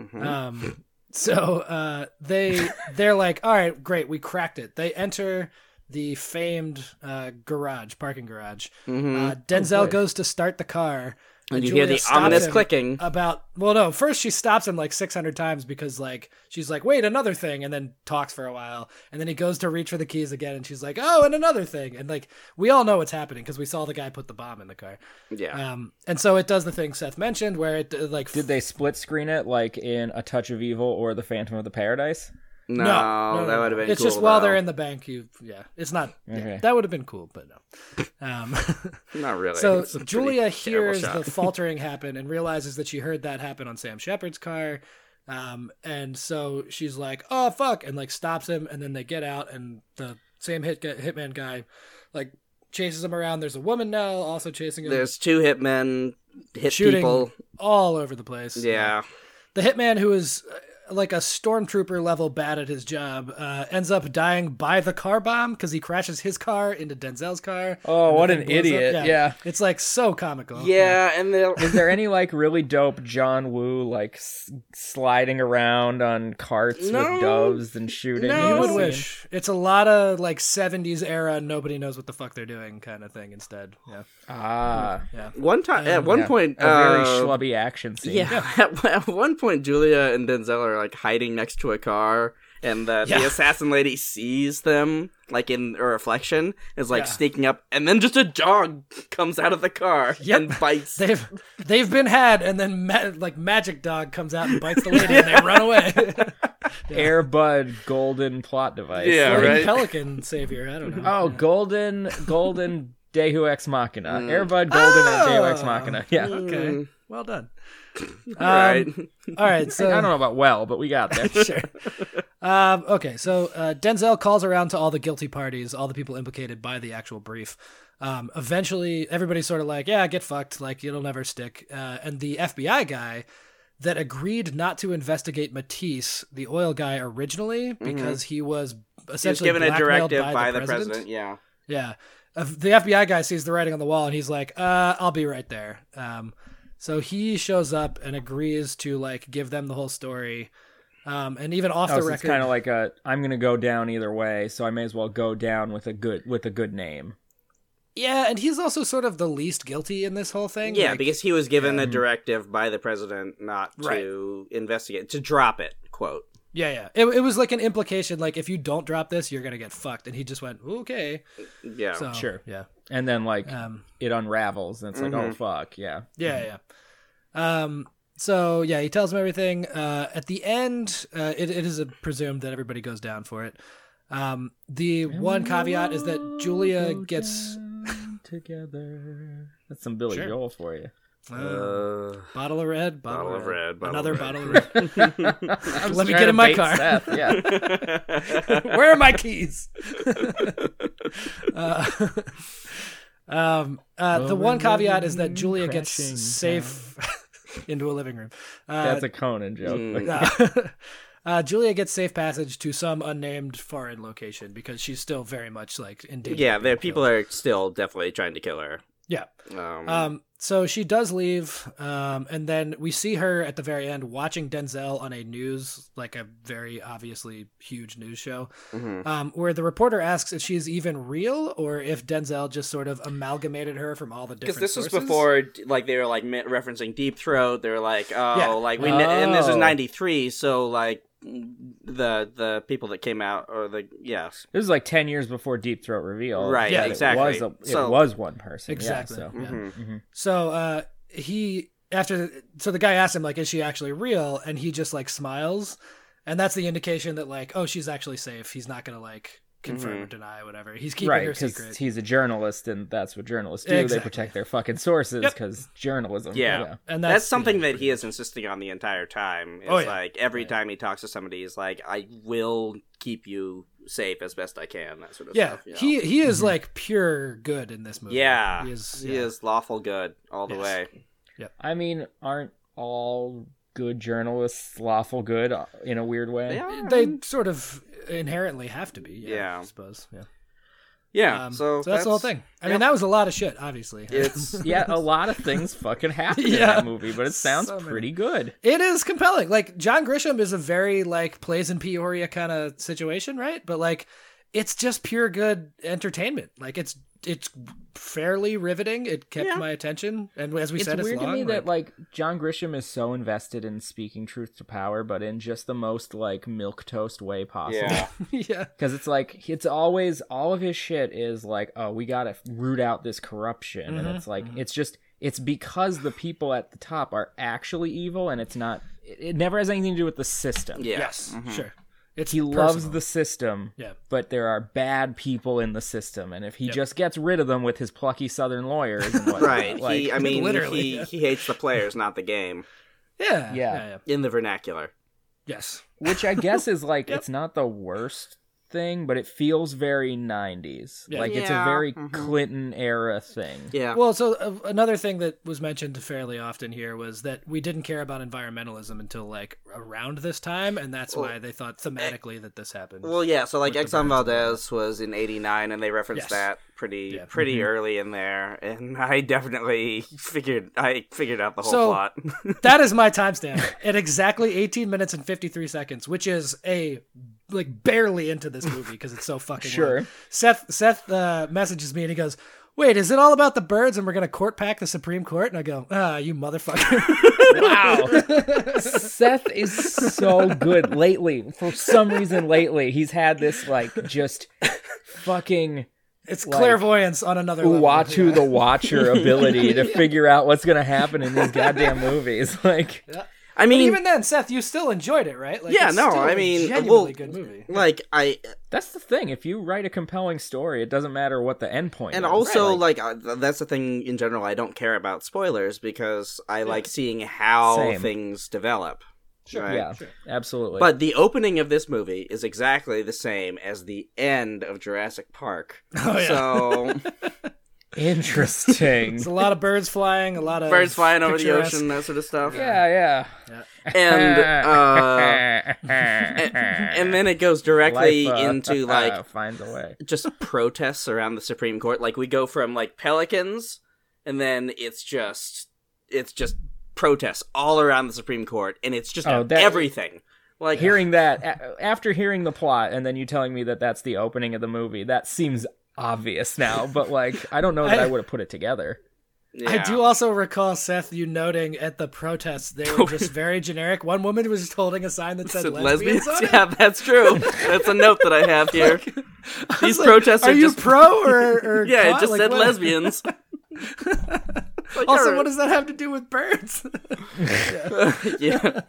Speaker 3: Mm-hmm.
Speaker 4: Um, so uh, they they're like, all right, great, we cracked it. They enter the famed uh, garage, parking garage. Uh, Denzel
Speaker 5: good.
Speaker 4: goes to start the car.
Speaker 3: Mm-hmm. Oh, And you
Speaker 4: Julia
Speaker 3: hear the
Speaker 4: stops
Speaker 3: ominous
Speaker 4: him Uh,
Speaker 3: clicking.
Speaker 4: About well, no. First, she stops him like six hundred times because like she's like, "Wait, another thing," and then talks for a while, and then he goes to reach for the keys again, and she's like, "Oh, and another thing," and like we all know what's happening because we saw the guy put the bomb in the car.
Speaker 3: yeah
Speaker 4: Um, and so it does the thing Seth mentioned where it uh, like
Speaker 5: Did they split screen it like in A Touch of Evil or The Phantom of the Paradise?
Speaker 3: No, that would have been.
Speaker 4: It's
Speaker 3: cool,
Speaker 4: just while
Speaker 3: though.
Speaker 4: they're in the bank, you yeah. It's not. yeah,
Speaker 5: Okay.
Speaker 4: that would have been cool, but no. Um,
Speaker 3: Not really.
Speaker 4: so
Speaker 3: It's a pretty
Speaker 4: Julia
Speaker 3: terrible
Speaker 4: hears
Speaker 3: shot.
Speaker 4: the faltering happen and realizes that she heard that happen on Sam Shepard's car, um, and so she's like, "Oh fuck!" and like stops him, and then they get out, and the same hit hitman guy, like chases him around. There's a woman now also chasing him,
Speaker 3: There's two hitmen hit
Speaker 4: shooting
Speaker 3: people.
Speaker 4: all over the place.
Speaker 3: Yeah,
Speaker 4: the hitman who is uh, like a stormtrooper level bad at his job uh, ends up dying by the car bomb because he crashes his car into denzel's car
Speaker 5: Oh,
Speaker 4: and the
Speaker 5: what
Speaker 4: thing
Speaker 5: an
Speaker 4: blows up.
Speaker 5: idiot. Yeah.
Speaker 4: it's like so comical
Speaker 3: yeah, and they'll.
Speaker 5: Is there any like really dope John Woo like s- sliding around on carts
Speaker 3: No.
Speaker 5: with doves and shooting?
Speaker 3: No.
Speaker 5: in
Speaker 4: you
Speaker 5: the
Speaker 4: would
Speaker 5: scene?
Speaker 4: wish it's a lot of like 70s era nobody knows what the fuck they're doing kind of thing instead yeah
Speaker 5: Ah,
Speaker 3: One time, at one
Speaker 5: yeah.
Speaker 3: point,
Speaker 5: a very
Speaker 3: uh,
Speaker 5: schlubby action scene.
Speaker 3: Yeah, at, at one point, Julia and Denzel are like hiding next to a car, and the,
Speaker 4: Yeah.
Speaker 3: the assassin lady sees them, like in her reflection, is like
Speaker 4: Yeah.
Speaker 3: sneaking up, and then just a dog comes out of the car and bites.
Speaker 4: they've they've been had and then ma- like magic dog comes out and bites the lady and they run away
Speaker 5: Air Bud golden plot device.
Speaker 3: Yeah,
Speaker 4: Like
Speaker 3: right.
Speaker 4: pelican savior i don't know
Speaker 5: Oh, golden, golden Dehu Ex Machina. Air Bud golden and Dehu Ex Machina. Yeah.
Speaker 4: okay well done
Speaker 3: All Oh.
Speaker 4: um,
Speaker 3: right.
Speaker 4: all right so
Speaker 5: I don't know about well, but we got there.
Speaker 4: sure. Um, okay, so uh, Denzel calls around to all the guilty parties, all the people implicated by the actual brief. Um, eventually, everybody's sort of like, "Yeah, get fucked. Like it'll never stick." Uh, and the FBI guy that agreed not to investigate Matisse, the oil guy, originally because he was
Speaker 3: Mm-hmm. He was
Speaker 4: essentially
Speaker 3: given a
Speaker 4: blackmailed
Speaker 3: directive
Speaker 4: by, the, president.
Speaker 3: Yeah.
Speaker 4: Yeah. Uh, The FBI guy sees the writing on the wall and he's like, uh, I'll be right there. Um, so he shows up and agrees to like give them the whole story. Um, and even off
Speaker 5: Oh,
Speaker 4: the
Speaker 5: so
Speaker 4: record,
Speaker 5: it's kind of like a I'm gonna go down either way, so I may as well go down with a good with a good name.
Speaker 4: yeah. And he's also sort of the least guilty in this whole thing.
Speaker 3: Yeah,
Speaker 4: Like, um,
Speaker 3: because he was given a directive by the president not to investigate, to drop it, quote.
Speaker 4: yeah, yeah. It, it was like an implication, like if you don't drop this, you're gonna get fucked. And he just went, okay.
Speaker 3: Yeah.
Speaker 4: So
Speaker 5: Sure.
Speaker 4: yeah,
Speaker 5: And then like
Speaker 4: um,
Speaker 5: it unravels and it's like, oh fuck, yeah.
Speaker 4: Yeah, yeah. Um, so yeah, he tells him everything. Uh, at the end, uh, it, it is uh presumed that everybody goes down for it. Um, the one caveat is that Julia gets
Speaker 5: together. That's some Billy
Speaker 4: Sure.
Speaker 5: Joel for you.
Speaker 4: uh, bottle of red, bottle, of red,
Speaker 3: bottle
Speaker 4: another
Speaker 3: of red.
Speaker 4: bottle of red. Let me get in my car.
Speaker 5: Yeah.
Speaker 4: Where are my keys? uh, um, uh, the one caveat is that Julia gets
Speaker 5: crashing
Speaker 4: safe into a living room. Uh,
Speaker 5: That's a Conan joke.
Speaker 3: Mm. Hmm.
Speaker 5: Like,
Speaker 4: No. uh, Julia gets safe passage to some unnamed foreign location because she's still very much like in danger.
Speaker 3: Yeah, the people are still definitely trying to kill her.
Speaker 4: Yeah.
Speaker 3: Um,
Speaker 4: Um. So she does leave, um, and then we see her at the very end watching Denzel on a news, like a very obviously huge news show,
Speaker 3: mhm.
Speaker 4: um, where the reporter asks if she's even real or if Denzel just sort of amalgamated her from all the different.
Speaker 3: Because this was
Speaker 4: sources.
Speaker 3: before, d- like they were like me- referencing Deep Throat. They were like, oh,
Speaker 4: Yeah.
Speaker 3: like we, kn- and this is
Speaker 5: Oh.
Speaker 3: '93, so like the the people that came out or the yes,
Speaker 5: This is like ten years before Deep Throat reveal.
Speaker 3: Right,
Speaker 4: Yeah.
Speaker 5: That
Speaker 3: exactly.
Speaker 5: It was, a- it
Speaker 3: So-
Speaker 5: was one person. yeah,
Speaker 4: Exactly.
Speaker 5: so-
Speaker 4: yeah.
Speaker 3: Mhm.
Speaker 4: So uh, he after so the guy asks him like, "Is she actually real?" And he just like smiles, and that's the indication that like, oh, she's actually safe. He's not gonna like confirm
Speaker 3: Mm-hmm.
Speaker 4: or deny whatever. He's keeping
Speaker 5: right,
Speaker 4: her
Speaker 5: because
Speaker 4: secret.
Speaker 5: he's a journalist, and that's what journalists do. They
Speaker 4: Exactly.
Speaker 5: protect their fucking sources
Speaker 4: Yep.
Speaker 5: because journalism.
Speaker 3: Yeah.
Speaker 4: and
Speaker 3: That's, something that he is insisting on the entire time. It's
Speaker 4: Oh, yeah.
Speaker 3: like every time he talks to somebody, he's like, I will keep you safe as best I can, that sort of
Speaker 4: Yeah,
Speaker 3: stuff. you know?
Speaker 4: he he is like pure good in this movie.
Speaker 3: Yeah.
Speaker 4: he is.
Speaker 3: He
Speaker 4: yeah.
Speaker 3: is lawful good all the
Speaker 4: Yes.
Speaker 3: way.
Speaker 5: I mean, aren't all good journalists lawful good uh, in a weird way?
Speaker 3: Yeah.
Speaker 4: They sort of inherently have to be. Yeah,
Speaker 3: Mm-hmm. Yeah.
Speaker 4: I suppose. Yeah.
Speaker 3: yeah.
Speaker 4: Um,
Speaker 3: so,
Speaker 4: that's, the whole thing. I mean,
Speaker 3: yep.
Speaker 4: that was a lot of shit, obviously.
Speaker 3: It's
Speaker 5: Yeah, a lot of things fucking happen in
Speaker 4: Yeah.
Speaker 5: that movie, but it sounds
Speaker 4: So many.
Speaker 5: pretty good.
Speaker 4: It is compelling. Like John Grisham is a very like plays in Peoria kind of situation, right? But like it's just pure good entertainment. Like it's it's fairly riveting. It kept
Speaker 3: Yeah.
Speaker 4: my attention, and as we
Speaker 5: it's
Speaker 4: said,
Speaker 5: weird
Speaker 4: it's long.
Speaker 5: to me
Speaker 4: like,
Speaker 5: that like John Grisham is so invested in speaking truth to power, but in just the most like milk toast way possible.
Speaker 3: Yeah.
Speaker 4: yeah,
Speaker 5: Because it's like it's always all of his shit is like, oh, we gotta root out this corruption,
Speaker 4: Mm-hmm.
Speaker 5: and it's like it's just it's because the people at the top are actually evil, and it's not. It, it never has anything to do with the system.
Speaker 3: yeah.
Speaker 4: yes, sure. It's
Speaker 5: Mm-hmm. He loves
Speaker 4: personal.
Speaker 5: the system,
Speaker 4: Yeah.
Speaker 5: but there are bad people in the system, and if he just gets rid of them with his plucky Southern lawyers, and whatnot,
Speaker 3: Right.
Speaker 5: like,
Speaker 3: he, I mean,
Speaker 4: literally,
Speaker 3: he,
Speaker 4: yeah.
Speaker 3: he hates the players, not the game,
Speaker 4: yeah, yeah,
Speaker 5: Yeah.
Speaker 4: yeah,
Speaker 3: in the vernacular.
Speaker 4: yes.
Speaker 5: which I guess is like it's not the worst thing, but it feels very '90s.
Speaker 4: Yeah.
Speaker 5: Like it's a
Speaker 3: Yeah,
Speaker 5: very
Speaker 3: mhm.
Speaker 5: Clinton era thing.
Speaker 3: Yeah.
Speaker 4: Well, so uh, another thing that was mentioned fairly often here was that we didn't care about environmentalism until like around this time, and that's why they thought thematically that this happened.
Speaker 3: Well, yeah. So like
Speaker 4: With the
Speaker 3: Exxon
Speaker 4: birds.
Speaker 3: Valdez was in '89, and they referenced
Speaker 4: Yes.
Speaker 3: that pretty
Speaker 4: Yeah. Mm-hmm.
Speaker 3: pretty early in there. And I definitely figured I figured out the whole
Speaker 4: So-
Speaker 3: plot.
Speaker 4: That is my timestamp at exactly 18 minutes and 53 seconds, which is a like barely into this movie because it's so fucking
Speaker 5: Sure.
Speaker 4: long. Seth Seth uh, messages me and he goes, "Wait, is it all about the birds and we're gonna court pack the Supreme Court?" And I go, "Ah, you motherfucker."
Speaker 5: Wow. Seth is so good lately. For some reason lately, he's had this like just fucking
Speaker 4: it's
Speaker 5: Like,
Speaker 4: clairvoyance on another level.
Speaker 5: Uatu
Speaker 4: Yeah.
Speaker 5: the Watcher ability to figure out what's gonna happen in these goddamn movies. Like
Speaker 3: I
Speaker 4: But
Speaker 3: mean,
Speaker 4: even then, Seth, you still enjoyed it, right? Like,
Speaker 3: Yeah,
Speaker 4: it's
Speaker 3: no,
Speaker 4: still
Speaker 3: I
Speaker 4: a
Speaker 3: mean,
Speaker 4: genuinely
Speaker 3: well-
Speaker 4: good movie.
Speaker 3: like I
Speaker 5: that's the thing. If you write a compelling story, it doesn't matter what the end point
Speaker 3: and
Speaker 5: is.
Speaker 3: also like, I, th- that's the thing in general. I don't care about spoilers because I like seeing how
Speaker 5: Same.
Speaker 3: things develop. Sure.
Speaker 5: Yeah,
Speaker 4: Oh,
Speaker 5: absolutely.
Speaker 3: But the opening of this movie is exactly the same as the end of Jurassic Park.
Speaker 4: Oh, yeah.
Speaker 3: So
Speaker 5: interesting.
Speaker 4: It's a lot of birds flying, a lot of
Speaker 3: birds flying over the
Speaker 4: picturesque-
Speaker 3: ocean, that sort of stuff.
Speaker 5: yeah,
Speaker 3: And uh,
Speaker 5: yeah.
Speaker 3: and, and then it goes directly
Speaker 5: Life, uh,
Speaker 3: into like
Speaker 5: finds a way.
Speaker 3: just protests around the Supreme Court. Like we go from like pelicans, and then it's just it's just protests all around the Supreme Court, and it's just
Speaker 5: Oh, that-
Speaker 3: everything. Like
Speaker 5: hearing that a- after hearing the plot and then you telling me that that's the opening of the movie that seems obvious now but like i don't know that i,
Speaker 4: I-
Speaker 5: would have put it together
Speaker 4: I do also recall Seth you noting at the protests they were just very generic. One woman was just holding a sign that said,
Speaker 3: Said
Speaker 4: lesbians.
Speaker 3: lesbians.
Speaker 4: on it.
Speaker 3: Yeah, that's true. that's a note that I have here.
Speaker 4: I was
Speaker 3: These protests
Speaker 4: Are
Speaker 3: are
Speaker 4: you
Speaker 3: just-
Speaker 4: pro or, or
Speaker 3: Yeah,
Speaker 4: con?"
Speaker 3: it just
Speaker 4: Like,
Speaker 3: said
Speaker 4: what-
Speaker 3: lesbians. Like,
Speaker 4: Also,
Speaker 3: alright.
Speaker 4: what does that have to do with birds?
Speaker 3: yeah.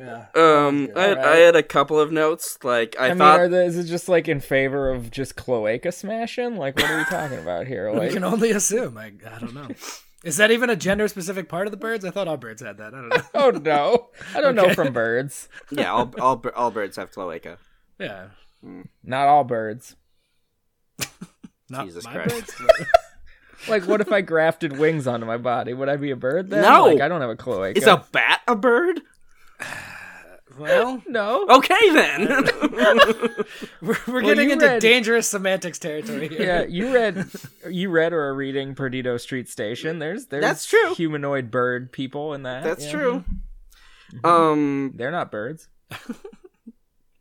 Speaker 3: Um, I, I had a couple of notes. Like I,
Speaker 5: i, mean
Speaker 3: thought
Speaker 5: are the, is it just like in favor of just cloaca smashing like what are we talking about here
Speaker 4: I
Speaker 5: like
Speaker 4: can only assume. I, I don't know. Is that even a gender specific part of the birds? I thought all birds had that. I don't know.
Speaker 5: oh no i don't know from birds
Speaker 3: yeah, all, all bir- all birds have cloaca.
Speaker 4: Yeah.
Speaker 5: not all birds
Speaker 4: Not
Speaker 3: Jesus
Speaker 4: my
Speaker 3: Christ.
Speaker 4: birds.
Speaker 5: like what if i grafted wings onto my body would i be a bird then
Speaker 3: No.
Speaker 5: like i don't have a cloaca
Speaker 3: Is a Oh, bat a bird?
Speaker 4: Well,
Speaker 5: No.
Speaker 3: Okay then.
Speaker 4: we're, we're
Speaker 5: Well,
Speaker 4: getting
Speaker 5: you
Speaker 4: into
Speaker 5: read-
Speaker 4: dangerous semantics territory here.
Speaker 5: Yeah, you read you read or are reading Perdido Street Station. There's there's
Speaker 3: That's true.
Speaker 5: humanoid bird people in that.
Speaker 3: That's
Speaker 5: Yeah.
Speaker 3: true. Um
Speaker 5: They're not birds.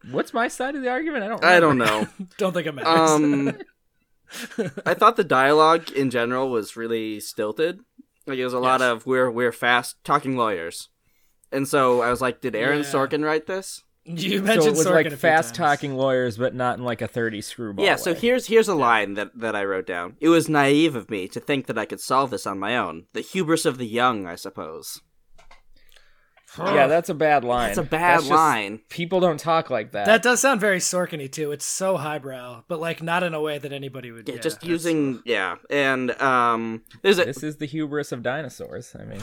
Speaker 5: What's my side of the argument? I don't
Speaker 3: I
Speaker 5: remember.
Speaker 3: don't know.
Speaker 4: Don't think it matters.
Speaker 3: Um I thought the dialogue in general was really stilted. Like it was a lot
Speaker 4: Yes.
Speaker 3: of we're we're fast talking lawyers. And so I was like, did Aaron
Speaker 4: Yeah.
Speaker 3: Sorkin write this?
Speaker 4: you
Speaker 5: So
Speaker 4: mentioned
Speaker 5: it was
Speaker 4: Sorkin a
Speaker 5: like
Speaker 4: few
Speaker 5: fast
Speaker 4: times.
Speaker 5: talking lawyers, but not in like a thirty screwball.
Speaker 3: yeah, so
Speaker 5: way.
Speaker 3: here's here's a line that, that I wrote down. It was naive of me to think that I could solve this on my own. The hubris of the young, I suppose.
Speaker 5: yeah, that's a bad line.
Speaker 3: That's a bad
Speaker 5: just-
Speaker 3: line.
Speaker 5: people don't talk like that.
Speaker 4: That does sound very Sorkin-y too. It's so highbrow, but like not in a way that anybody would.
Speaker 3: Yeah,
Speaker 4: Yeah,
Speaker 3: just
Speaker 4: that's-
Speaker 3: using yeah. And um there's a
Speaker 5: this is the hubris of dinosaurs. I mean,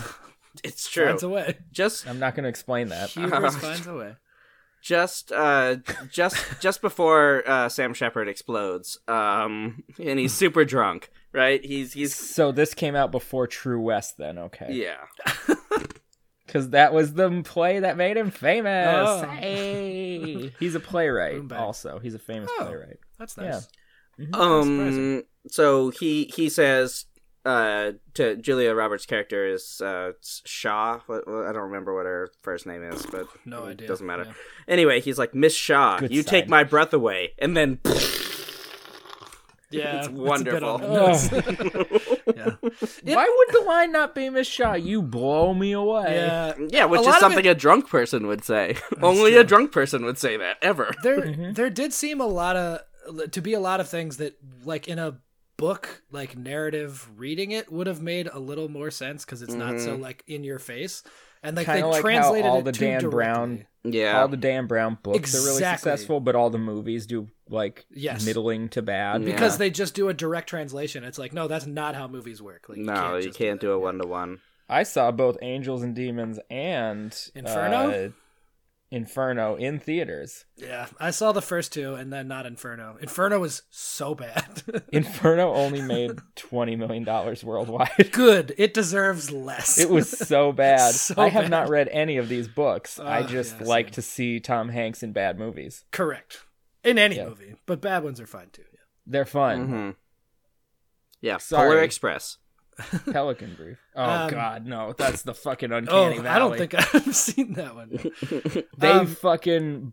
Speaker 3: it's true.
Speaker 4: finds a way.
Speaker 3: Just
Speaker 5: I'm not going to explain that.
Speaker 4: Hubris finds a way.
Speaker 3: just uh just just before uh Sam Shepard explodes. Um and he's super drunk, right? He's he's
Speaker 5: So this came out before True West, then okay?
Speaker 3: yeah.
Speaker 5: because that was the play that made him famous.
Speaker 4: Oh.
Speaker 5: Hey, he's a playwright.
Speaker 4: Boom bang.
Speaker 5: Also, he's a famous
Speaker 4: Oh.
Speaker 5: playwright. Mm-hmm.
Speaker 4: That's
Speaker 5: Yeah.
Speaker 4: nice.
Speaker 3: Um
Speaker 4: surprising.
Speaker 3: so he he says uh to Julia Roberts' character is uh Shaw. What, what- I don't remember what her first name is, but
Speaker 4: No
Speaker 3: it
Speaker 4: idea.
Speaker 3: Doesn't matter.
Speaker 4: Yeah.
Speaker 3: Anyway, he's like Miss Shaw,
Speaker 5: Good
Speaker 3: you
Speaker 5: sign.
Speaker 3: take my breath away, and then
Speaker 4: Yeah,
Speaker 3: It's
Speaker 4: a bit
Speaker 3: wonderful.
Speaker 4: on the nose. yeah.
Speaker 5: Why would the line not be Miss Shaw? You blow me away.
Speaker 4: yeah.
Speaker 3: yeah, which
Speaker 4: lot
Speaker 3: is
Speaker 4: of
Speaker 3: something a drunk person would say. Only a drunk person would say that ever.
Speaker 4: There,
Speaker 5: Mm-hmm.
Speaker 4: there did seem a lot of to be a lot of things that, like in a book, like narrative reading it would have made a little more sense because it's not
Speaker 3: Mm-hmm.
Speaker 4: so like in your face, and like
Speaker 5: Kinda
Speaker 4: they
Speaker 5: like how
Speaker 4: translated
Speaker 5: all
Speaker 4: it
Speaker 5: the
Speaker 4: too
Speaker 5: Dan
Speaker 4: directly.
Speaker 5: Brown-
Speaker 3: Yeah.
Speaker 5: All the Dan Brown books are really
Speaker 4: Exactly.
Speaker 5: successful, but all the movies do like
Speaker 4: Yes.
Speaker 5: middling to bad.
Speaker 3: Yeah.
Speaker 4: because they just do a direct translation. It's like, no, that's not how movies work. Like,
Speaker 3: no, you
Speaker 4: just
Speaker 3: can't
Speaker 4: that.
Speaker 3: do a one to one.
Speaker 5: I saw both Angels and Demons and
Speaker 4: Inferno?
Speaker 5: uh, Inferno in theaters.
Speaker 4: Yeah, I saw the first two, and then not Inferno. Inferno was so bad.
Speaker 5: Inferno only made twenty million dollars worldwide.
Speaker 4: Good. It deserves less.
Speaker 5: It was so bad.
Speaker 4: So
Speaker 5: I have
Speaker 4: bad.
Speaker 5: not read any of these books. I
Speaker 4: Uh,
Speaker 5: just
Speaker 4: yeah,
Speaker 5: like
Speaker 4: same.
Speaker 5: to see Tom Hanks in bad movies.
Speaker 4: correct in any
Speaker 5: Yeah.
Speaker 4: movie, but bad ones are fine too.
Speaker 5: They're fun.
Speaker 3: Mm-hmm. Yeah,
Speaker 5: Sorry.
Speaker 3: Polar Express.
Speaker 5: Pelican Brief. Oh
Speaker 4: Mm-hmm. Um,
Speaker 5: God, no! That's the fucking
Speaker 4: Oh,
Speaker 5: uncanny valley.
Speaker 4: I don't think I've seen that one.
Speaker 5: they
Speaker 4: um,
Speaker 5: fucking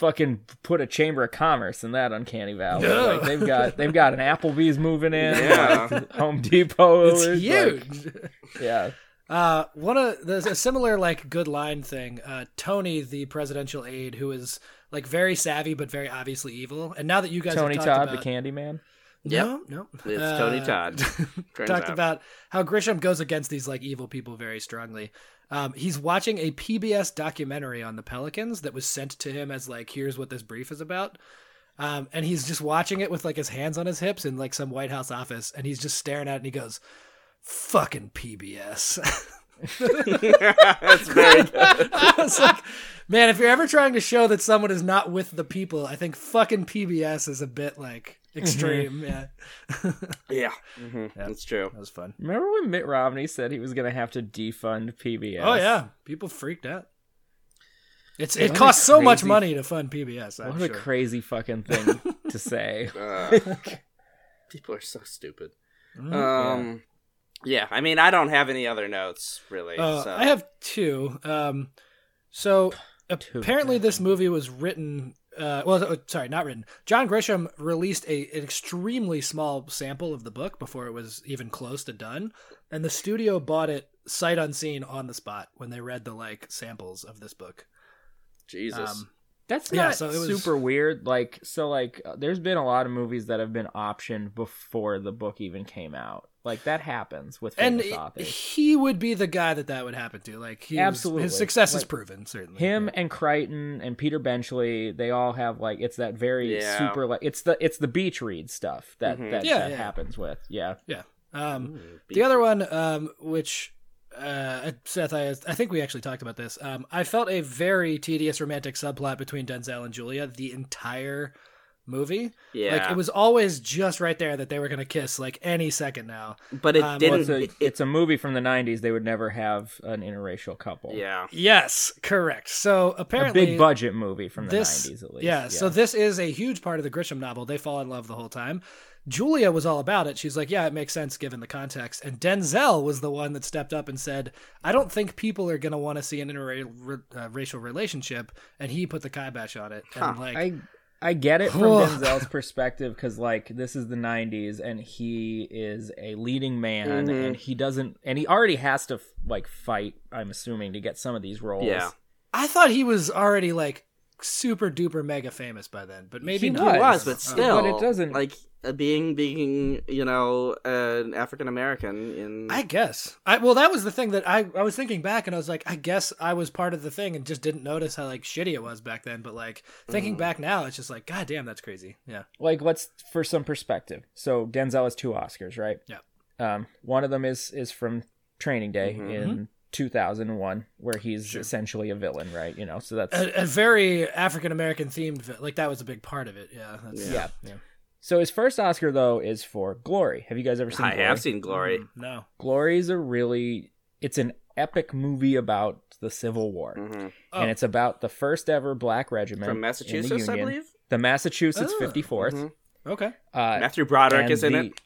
Speaker 5: fucking put a chamber of commerce in that uncanny valley.
Speaker 4: Yeah.
Speaker 5: Like they've got they've got an Applebee's moving in.
Speaker 3: Yeah.
Speaker 5: Home Depot.
Speaker 4: It's
Speaker 5: is, like-
Speaker 4: huge.
Speaker 5: yeah.
Speaker 4: Uh, one of there's a similar like good line thing. Uh, Tony, the presidential aide, who is like very savvy but very obviously evil. And now that you guys
Speaker 5: Tony
Speaker 4: have
Speaker 5: Todd,
Speaker 4: talked
Speaker 5: the
Speaker 4: about,
Speaker 5: Candy Man.
Speaker 4: no, no,
Speaker 3: It's Tony
Speaker 4: Uh,
Speaker 3: Todd. Turns
Speaker 4: talked
Speaker 3: out.
Speaker 4: about how Grisham goes against these like evil people very strongly. Um, he's watching a PBS documentary on the Pelicans that was sent to him as like, here's what this brief is about. Um, and he's just watching it with like his hands on his hips in like some White House office, and he's just staring at it and he goes, "Fucking PBS."
Speaker 3: That's very
Speaker 4: I was like, man, if you're ever trying to show that someone is not with the people, I think fucking PBS is a bit like
Speaker 3: Mm-hmm.
Speaker 4: extreme. Yeah,
Speaker 3: Yeah. hmm That's true.
Speaker 4: that was fun.
Speaker 5: Remember when Mitt Romney said he was going to have to defund PBS?
Speaker 4: Oh yeah, people freaked out. It's it
Speaker 5: What a
Speaker 4: costs so much
Speaker 5: crazy-
Speaker 4: money to fund PBS. I'm
Speaker 5: What a
Speaker 4: sure.
Speaker 5: crazy fucking thing to say.
Speaker 3: Uh, people are so stupid.
Speaker 4: Mm-hmm.
Speaker 5: Oh,
Speaker 4: Uh,
Speaker 3: Um yeah. I mean I don't have any other notes really.
Speaker 4: Uh,
Speaker 3: so.
Speaker 4: I have two. Um, so apparently, this movie was written. Uh, well, uh, sorry, not written. John Grisham released a an extremely small sample of the book before it was even close to done, and the studio bought it sight unseen on the spot when they read the like samples of this book.
Speaker 3: Jesus.
Speaker 4: Um,
Speaker 5: That's
Speaker 4: Yeah,
Speaker 5: not
Speaker 4: so it was-
Speaker 5: super weird. Like, so, like, uh, there's been a lot of movies that have been optioned before the book even came out. Like, that happens with
Speaker 4: and
Speaker 5: famous authors.
Speaker 4: he would be the guy that that would happen to. Like, he was-
Speaker 5: Absolutely.
Speaker 4: his success is
Speaker 5: Like,
Speaker 4: proven. Certainly,
Speaker 5: Him and Crichton and Peter Benchley, they all have like it's that very
Speaker 3: Yeah.
Speaker 5: super like it's the it's the beach read stuff that
Speaker 3: Mhm.
Speaker 5: that,
Speaker 4: Yeah,
Speaker 5: that
Speaker 4: yeah.
Speaker 5: happens with yeah
Speaker 4: Yeah. Um,
Speaker 3: Ooh,
Speaker 4: the other one, um, which uh, Seth, I, I think we actually talked about this. Um, I felt a very tedious romantic subplot between Denzel and Julia the entire movie.
Speaker 3: Yeah.
Speaker 4: Like it was always just right there that they were gonna kiss like any second now.
Speaker 3: but it
Speaker 4: um, well,
Speaker 3: didn't.
Speaker 5: It's a,
Speaker 3: it- it-
Speaker 5: it's a movie from the 90s. They would never have an interracial couple.
Speaker 3: yeah.
Speaker 4: Yes, correct. So
Speaker 5: A
Speaker 4: apparently
Speaker 5: big budget movie from the
Speaker 4: this,
Speaker 5: 90s, at least.
Speaker 4: Yeah, so this is a huge part of the Grisham novel. They fall in love the whole time. Julia was all about it. She's like, yeah, it makes sense given the context. And Denzel was the one that stepped up and said, I don't think people are going to want to see an interracial uh, racial relationship. And he put the kibosh on it. And like,
Speaker 5: I I get it from
Speaker 4: Whew.
Speaker 5: Denzel's perspective because like this is the '90s and he is a leading man
Speaker 3: Mhm.
Speaker 5: and he doesn't and he already has to like fight. I'm assuming to get some of these roles.
Speaker 3: Yeah.
Speaker 4: I thought he was already like super duper mega famous by then, but maybe
Speaker 5: He
Speaker 4: not.
Speaker 3: It was,
Speaker 5: was,
Speaker 3: but
Speaker 4: uh,
Speaker 3: still,
Speaker 5: but it doesn't-
Speaker 3: like uh, being being you know an African American in.
Speaker 4: I guess. I well, that was the thing that I I was thinking back, and I was like, I guess I was part of the thing and just didn't notice how like shitty it was back then. But like thinking
Speaker 5: Mm.
Speaker 4: back now, it's just like, god damn, that's crazy. Yeah.
Speaker 5: Like let's for some perspective. So Denzel has two Oscars, right?
Speaker 4: Yep.
Speaker 5: Um, one of them is is from Training Day
Speaker 3: Mhm.
Speaker 5: in 2001, where he's
Speaker 4: Sure. Uh,
Speaker 5: essentially a villain, right? You know, so that's
Speaker 4: A, a very African American themed, vi- like that was a big part of it. Yeah. That's,
Speaker 5: Yeah. so his first Oscar though is for Glory. Have you guys ever seen?
Speaker 3: I
Speaker 5: Glory?
Speaker 3: have seen Glory.
Speaker 4: Mm, no.
Speaker 5: Glory's a really it's an epic movie about the Civil War.
Speaker 3: Mhm.
Speaker 4: Oh.
Speaker 5: And it's about the first ever black regiment
Speaker 3: From
Speaker 5: in the
Speaker 3: Massachusetts, I
Speaker 5: Union.
Speaker 3: believe.
Speaker 5: The Massachusetts
Speaker 4: Oh.
Speaker 5: 54th.
Speaker 3: Mhm.
Speaker 4: Okay.
Speaker 5: Uh,
Speaker 3: Matthew Broderick
Speaker 5: and
Speaker 3: is in
Speaker 5: the-
Speaker 3: it.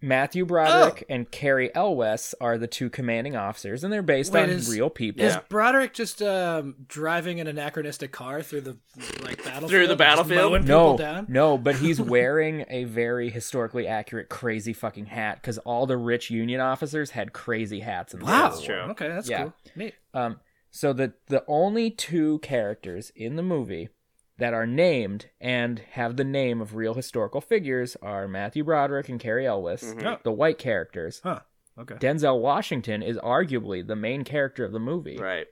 Speaker 5: Matthew Broderick
Speaker 4: Oh.
Speaker 5: and Carrie Elwes are the two commanding officers, and they're based
Speaker 4: Wait,
Speaker 5: on
Speaker 4: is-
Speaker 5: real people.
Speaker 4: Is
Speaker 3: Yeah.
Speaker 4: Broderick just um, driving an anachronistic car through the like battlefield?
Speaker 3: Through the
Speaker 4: just
Speaker 3: battlefield?
Speaker 4: mowing people
Speaker 5: no,
Speaker 4: down?
Speaker 5: no, but he's wearing a very historically accurate, crazy fucking hat because all the rich Union officers had crazy hats. In the
Speaker 4: Wow.
Speaker 5: Civil War.
Speaker 3: true.
Speaker 4: Okay, that's
Speaker 5: Yeah.
Speaker 4: cool. Neat.
Speaker 5: Um, so the the only two characters in the movie that are named and have the name of real historical figures are Matthew Broderick and Carrie Elwes,
Speaker 3: Mhm.
Speaker 4: Yeah.
Speaker 5: the white characters.
Speaker 4: Huh. Oh, Okay.
Speaker 5: Denzel Washington is arguably the main character of the movie.
Speaker 3: Right.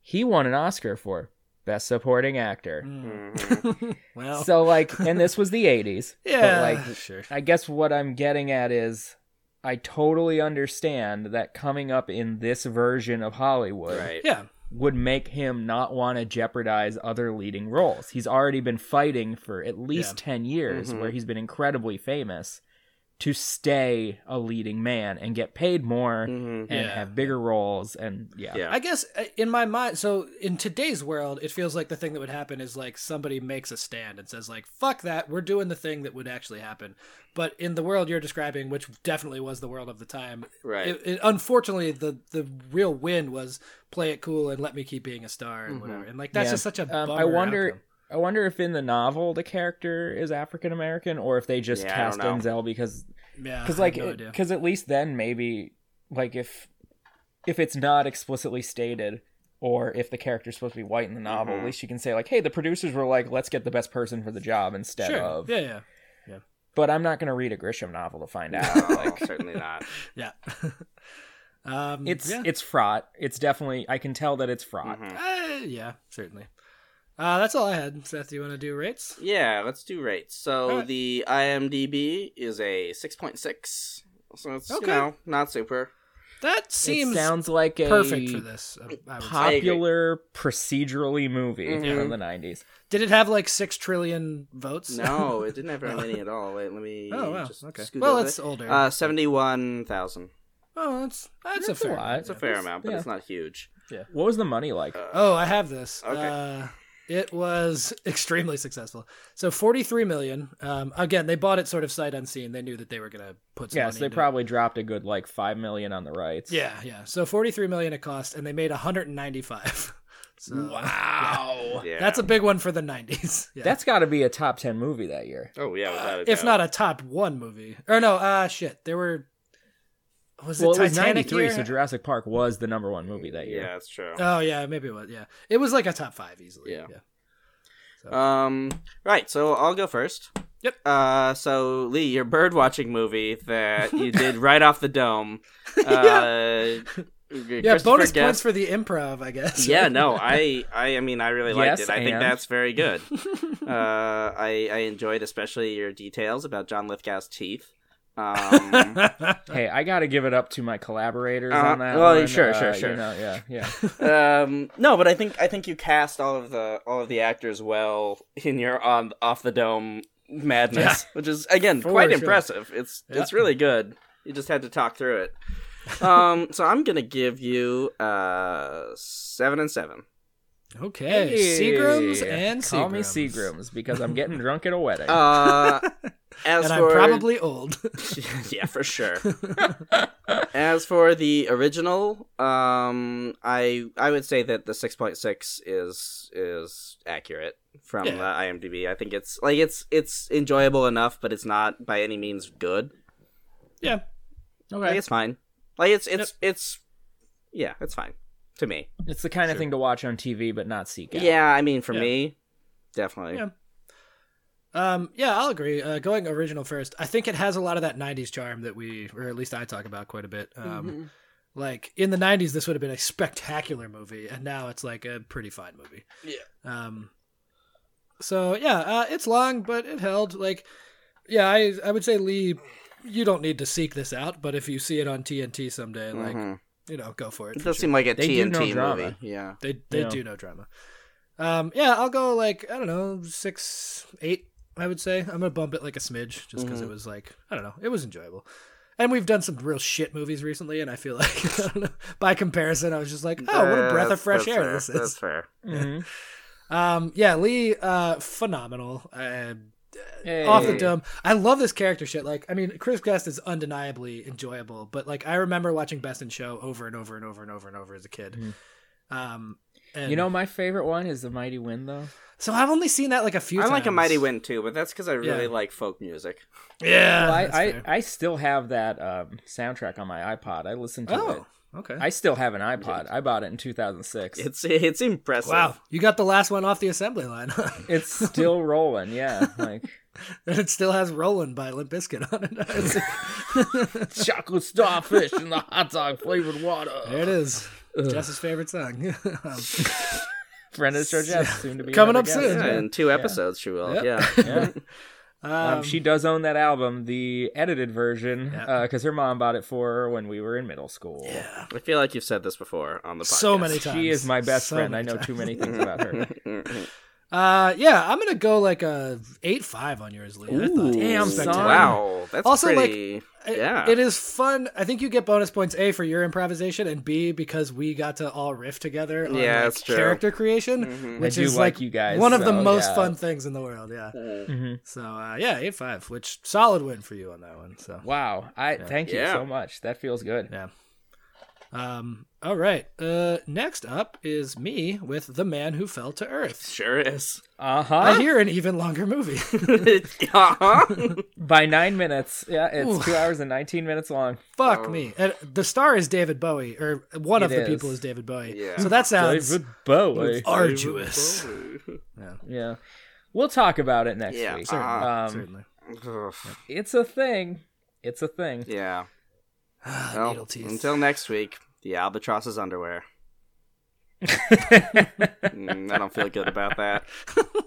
Speaker 5: He won an Oscar for Best Supporting Actor.
Speaker 4: Mm.
Speaker 3: Mhm.
Speaker 4: Well,
Speaker 5: So like, and this was the '80s. but,
Speaker 4: yeah,
Speaker 5: like,
Speaker 4: sure.
Speaker 5: I guess what I'm getting at is I totally understand that coming up in this version of Hollywood
Speaker 3: Right.
Speaker 4: Yeah,
Speaker 5: would make him not want to jeopardize other leading roles. He's already been fighting for at least 10 years
Speaker 3: Mhm.
Speaker 5: where he's been incredibly famous to stay a leading man and get paid more
Speaker 3: Mhm.
Speaker 5: and
Speaker 4: Yeah.
Speaker 5: have bigger roles and yeah.
Speaker 3: Yeah.
Speaker 4: I guess uh, in my mind, so in today's world, it feels like the thing that would happen is like somebody makes a stand and says like "fuck that," we're doing the thing that would actually happen. But in the world you're describing, which definitely was the world of the time,
Speaker 3: Right.
Speaker 4: it, it- unfortunately, the the real win was play it cool and let me keep being a star and
Speaker 3: Mhm.
Speaker 4: whatever. And like that's
Speaker 5: Mm-hmm. Yeah.
Speaker 4: just such a
Speaker 5: Um, I
Speaker 4: bummer
Speaker 5: wonder
Speaker 4: outcome.
Speaker 5: I wonder if in the novel the character is African American or if they just
Speaker 3: Yeah, I
Speaker 5: cast
Speaker 3: don't know.
Speaker 5: Denzel because
Speaker 4: Yeah,
Speaker 5: because
Speaker 4: I
Speaker 5: like
Speaker 4: have no idea.
Speaker 5: because at least then maybe like if if it's not explicitly stated or if the character's supposed to be white in the novel
Speaker 4: Mm-hmm.
Speaker 3: Mhm.
Speaker 5: at least you can say like hey the producers were like let's get the best person for the job instead
Speaker 4: sure,
Speaker 5: of
Speaker 4: yeah, yeah,
Speaker 5: but i'm not going to read a grisham novel to find out
Speaker 3: No,
Speaker 5: like
Speaker 3: certainly not.
Speaker 4: yeah. um,
Speaker 5: it's
Speaker 4: yeah.
Speaker 5: it's fraught it's definitely i can tell that it's fraught
Speaker 3: Mhm.
Speaker 4: Uh, yeah, certainly. Uh, that's all I had. Seth, do you want to do rates?
Speaker 3: Yeah, let's do rates. So
Speaker 4: Alright.
Speaker 3: the IMDb is a six point six. So it's
Speaker 4: Okay.
Speaker 3: you know not super.
Speaker 4: That seems
Speaker 5: it sounds like a
Speaker 4: perfect for this. uh, I Mm-hmm. would say.
Speaker 3: I agree.
Speaker 5: popular procedurally movie
Speaker 3: Mhm.
Speaker 5: from the 90s
Speaker 4: Did it have like six trillion votes?
Speaker 3: No, it didn't have very many at all. Wait, let me.
Speaker 4: oh wow.
Speaker 3: Just
Speaker 4: Okay.
Speaker 3: scoot
Speaker 4: Well,
Speaker 3: over
Speaker 4: it's older.
Speaker 3: there. uh, seventy one thousand.
Speaker 4: oh, that's
Speaker 5: That's
Speaker 4: that's, a
Speaker 5: a
Speaker 4: fair.
Speaker 5: lot.
Speaker 4: amount,
Speaker 3: It's a
Speaker 4: yeah.
Speaker 3: fair amount, but
Speaker 5: yeah.
Speaker 3: it's not huge.
Speaker 5: what was the money like
Speaker 4: Oh, I have this.
Speaker 3: Okay.
Speaker 4: Uh, it was extremely successful. So forty-three million. Um, again, they bought it sort of sight unseen. They knew that they were gonna put. Some
Speaker 5: yes
Speaker 4: money
Speaker 5: they
Speaker 4: into it.
Speaker 5: probably dropped a good like 5 million on the rights
Speaker 4: Yeah, yeah. So forty-three million it cost, and they made one hundred and ninety-five. So,
Speaker 5: wow
Speaker 3: Yeah.
Speaker 4: That's a big one for the nineties. Yeah.
Speaker 5: That's got to be a top 10 movie that year.
Speaker 3: Oh yeah, without a doubt.
Speaker 4: Uh, if not a top one movie. Or no, uh shit. There were was it
Speaker 5: well, it was
Speaker 4: Titanic
Speaker 5: 93,
Speaker 4: year?
Speaker 5: so Jurassic Park was the number one movie that
Speaker 3: Yeah,
Speaker 5: year.
Speaker 3: that's true.
Speaker 4: oh yeah, maybe it was. Yeah, it was like a top five easily.
Speaker 3: Yeah.
Speaker 4: So.
Speaker 3: Um. Right. So I'll go first.
Speaker 4: Yep.
Speaker 3: Uh. So Lee, your bird watching movie that you did right off the dome. Uh,
Speaker 4: yeah. Bonus
Speaker 3: Guest-
Speaker 4: points for the improv, I guess.
Speaker 3: yeah no i i, I mean i really liked
Speaker 5: Yes,
Speaker 3: it i think
Speaker 5: and?
Speaker 3: that's very good uh i i enjoyed especially your details about john lithgow's teeth um
Speaker 5: Hey, I got to give it up to my collaborators
Speaker 3: Uh,
Speaker 5: on that
Speaker 3: well,
Speaker 5: one.
Speaker 3: sure,
Speaker 5: Uh,
Speaker 3: sure,
Speaker 5: you
Speaker 3: sure.
Speaker 5: know, yeah, yeah.
Speaker 3: um no but i think i think you cast all of the all of the actors well in your on off the dome madness, which is again
Speaker 4: For
Speaker 3: quite
Speaker 4: sure.
Speaker 3: impressive. It's
Speaker 4: Yeah.
Speaker 3: it's really good. You just had to talk through it. Um, so I'm gonna give you uh seven and seven.
Speaker 4: Okay, Seagrams and Seagrams.
Speaker 5: Call me Seagrams because I'm getting drunk at a wedding.
Speaker 3: Uh, as
Speaker 4: And I'm
Speaker 3: for
Speaker 4: probably old.
Speaker 3: yeah, for sure. As for the original, um, I I would say that the six point six is is accurate from
Speaker 4: Yeah.
Speaker 3: the IMDb. I think it's like it's it's enjoyable enough, but it's not by any means good.
Speaker 4: yeah.
Speaker 3: Like
Speaker 4: Okay.
Speaker 3: it's fine. Like it's it's it's yeah, it's fine to me.
Speaker 5: it's the kind of thing to watch on TV, but not seek
Speaker 3: Yeah,
Speaker 5: out.
Speaker 3: I mean for
Speaker 4: Yeah.
Speaker 3: me, definitely.
Speaker 4: Yeah. Um, yeah, I'll agree. Uh, going original first, I think it has a lot of that '90s charm that we, or at least I, talk about quite a bit. Um,
Speaker 3: Mm-hmm.
Speaker 4: Like in the '90s, this would have been a spectacular movie, and now it's like a pretty fine movie.
Speaker 3: Yeah.
Speaker 4: Um. So yeah, uh, it's long, but it held. Like, yeah, I I would say Lee, you don't need to seek this out, but if you see it on TNT someday, like
Speaker 3: Mhm.
Speaker 4: you know, go for it.
Speaker 3: it
Speaker 4: for
Speaker 3: does
Speaker 4: sure.
Speaker 3: seem like a
Speaker 5: They do no
Speaker 3: TNT
Speaker 5: drama.
Speaker 3: movie. Yeah.
Speaker 4: They they
Speaker 5: Yeah.
Speaker 4: do no drama. Um, yeah, I'll go like I don't know six, eight. I would say I'm gonna bump it like a smidge just because
Speaker 3: Mhm.
Speaker 4: it was like I don't know, it was enjoyable. And we've done some real shit movies recently, and I feel like I don't know, by comparison, I was just like, oh, what a breath
Speaker 3: That's-
Speaker 4: of fresh
Speaker 3: that's
Speaker 4: air
Speaker 3: fair.
Speaker 4: this is.
Speaker 3: That's fair.
Speaker 5: Mhm.
Speaker 4: Um, yeah, Lee, uh, phenomenal. Uh,
Speaker 5: Hey.
Speaker 4: Off the dome. I love this character shit. Like, I mean, Chris Guest is undeniably enjoyable, but like, I remember watching Best in Show over and over and over and over and over as a kid.
Speaker 3: Mm-hmm.
Speaker 4: Um, and
Speaker 5: You know, my favorite one is The Mighty Wind, though.
Speaker 4: so I've only seen that like a few.
Speaker 3: I like a
Speaker 4: times.
Speaker 3: mighty wind too, but that's because I really
Speaker 4: Yeah.
Speaker 3: like folk music.
Speaker 4: Yeah,
Speaker 5: Well, I,
Speaker 4: Ah, that's
Speaker 5: I,
Speaker 4: fair.
Speaker 5: I still have that um, soundtrack on my iPod. I listen to it.
Speaker 4: oh, okay.
Speaker 5: I still have an iPod. I bought it in 2006. It's,
Speaker 3: It's it's impressive.
Speaker 4: wow, you got the last one off the assembly line,
Speaker 5: still rolling. Yeah, like
Speaker 4: and it still has "Rolling" by Limp Bizkit on it. It's-
Speaker 5: chocolate starfish and the hot dog flavored water.
Speaker 4: there it is. Jess's favorite song. Um,
Speaker 5: Brenda Sturgess, soon to be
Speaker 4: Coming
Speaker 5: another
Speaker 4: up
Speaker 5: guest.
Speaker 4: soon.
Speaker 3: Yeah, in two episodes she will.
Speaker 4: Yep.
Speaker 3: Yeah.
Speaker 5: Yeah. Um,
Speaker 4: um,
Speaker 5: she does own that album, the edited version,
Speaker 4: Yeah.
Speaker 5: because her mom bought it for her when we were in middle school.
Speaker 3: I feel like you've said this before on the podcast.
Speaker 4: so many times.
Speaker 5: She is my best
Speaker 4: So
Speaker 5: friend. I
Speaker 4: many
Speaker 5: know
Speaker 4: times.
Speaker 5: too many things about her.
Speaker 4: Uh, yeah, I'm gonna go like a eight five on yours, Lee. I thought-
Speaker 3: Ooh,
Speaker 5: Damn, son.
Speaker 3: Wow. That's
Speaker 4: Also, like,
Speaker 3: pretty
Speaker 4: I-
Speaker 3: Yeah.
Speaker 4: it is fun. I think you get bonus points a for your improvisation and b because we got to all riff together on
Speaker 3: Yeah,
Speaker 4: like,
Speaker 3: that's true.
Speaker 4: character
Speaker 5: Mm-hmm.
Speaker 4: creation,
Speaker 3: mm-hmm.
Speaker 4: which
Speaker 5: I do
Speaker 4: is
Speaker 5: like you guys,
Speaker 4: one of the
Speaker 5: so,
Speaker 4: most
Speaker 5: yeah.
Speaker 4: fun things in the world. Yeah.
Speaker 5: Mhm.
Speaker 4: So uh, yeah, eight five, which solid win for you on that one. So
Speaker 5: Wow. I thank you
Speaker 3: Yeah.
Speaker 5: so much. That feels good.
Speaker 4: yeah. Um. All right. Uh. Next up is me with the man who fell to earth.
Speaker 3: sure is.
Speaker 5: Uh huh.
Speaker 4: I hear an even longer movie.
Speaker 3: Uh-huh.
Speaker 5: By nine minutes. Yeah, it's two hours and nineteen minutes long.
Speaker 3: Oh.
Speaker 4: Fuck me. And the star is David Bowie, or one
Speaker 5: It
Speaker 4: of the
Speaker 5: is.
Speaker 4: people is David Bowie.
Speaker 3: Yeah.
Speaker 4: So that sounds
Speaker 5: David Bowie.
Speaker 4: arduous.
Speaker 5: Yeah. We'll talk about it next
Speaker 3: Yeah.
Speaker 5: week.
Speaker 3: Certainly.
Speaker 5: Um,
Speaker 4: Certainly.
Speaker 3: Ugh.
Speaker 5: It's a thing. It's a thing.
Speaker 3: yeah.
Speaker 4: Ah,
Speaker 3: Well,
Speaker 4: needle teeth.
Speaker 3: until next week, the albatross's underwear. Mm, I don't feel good about that.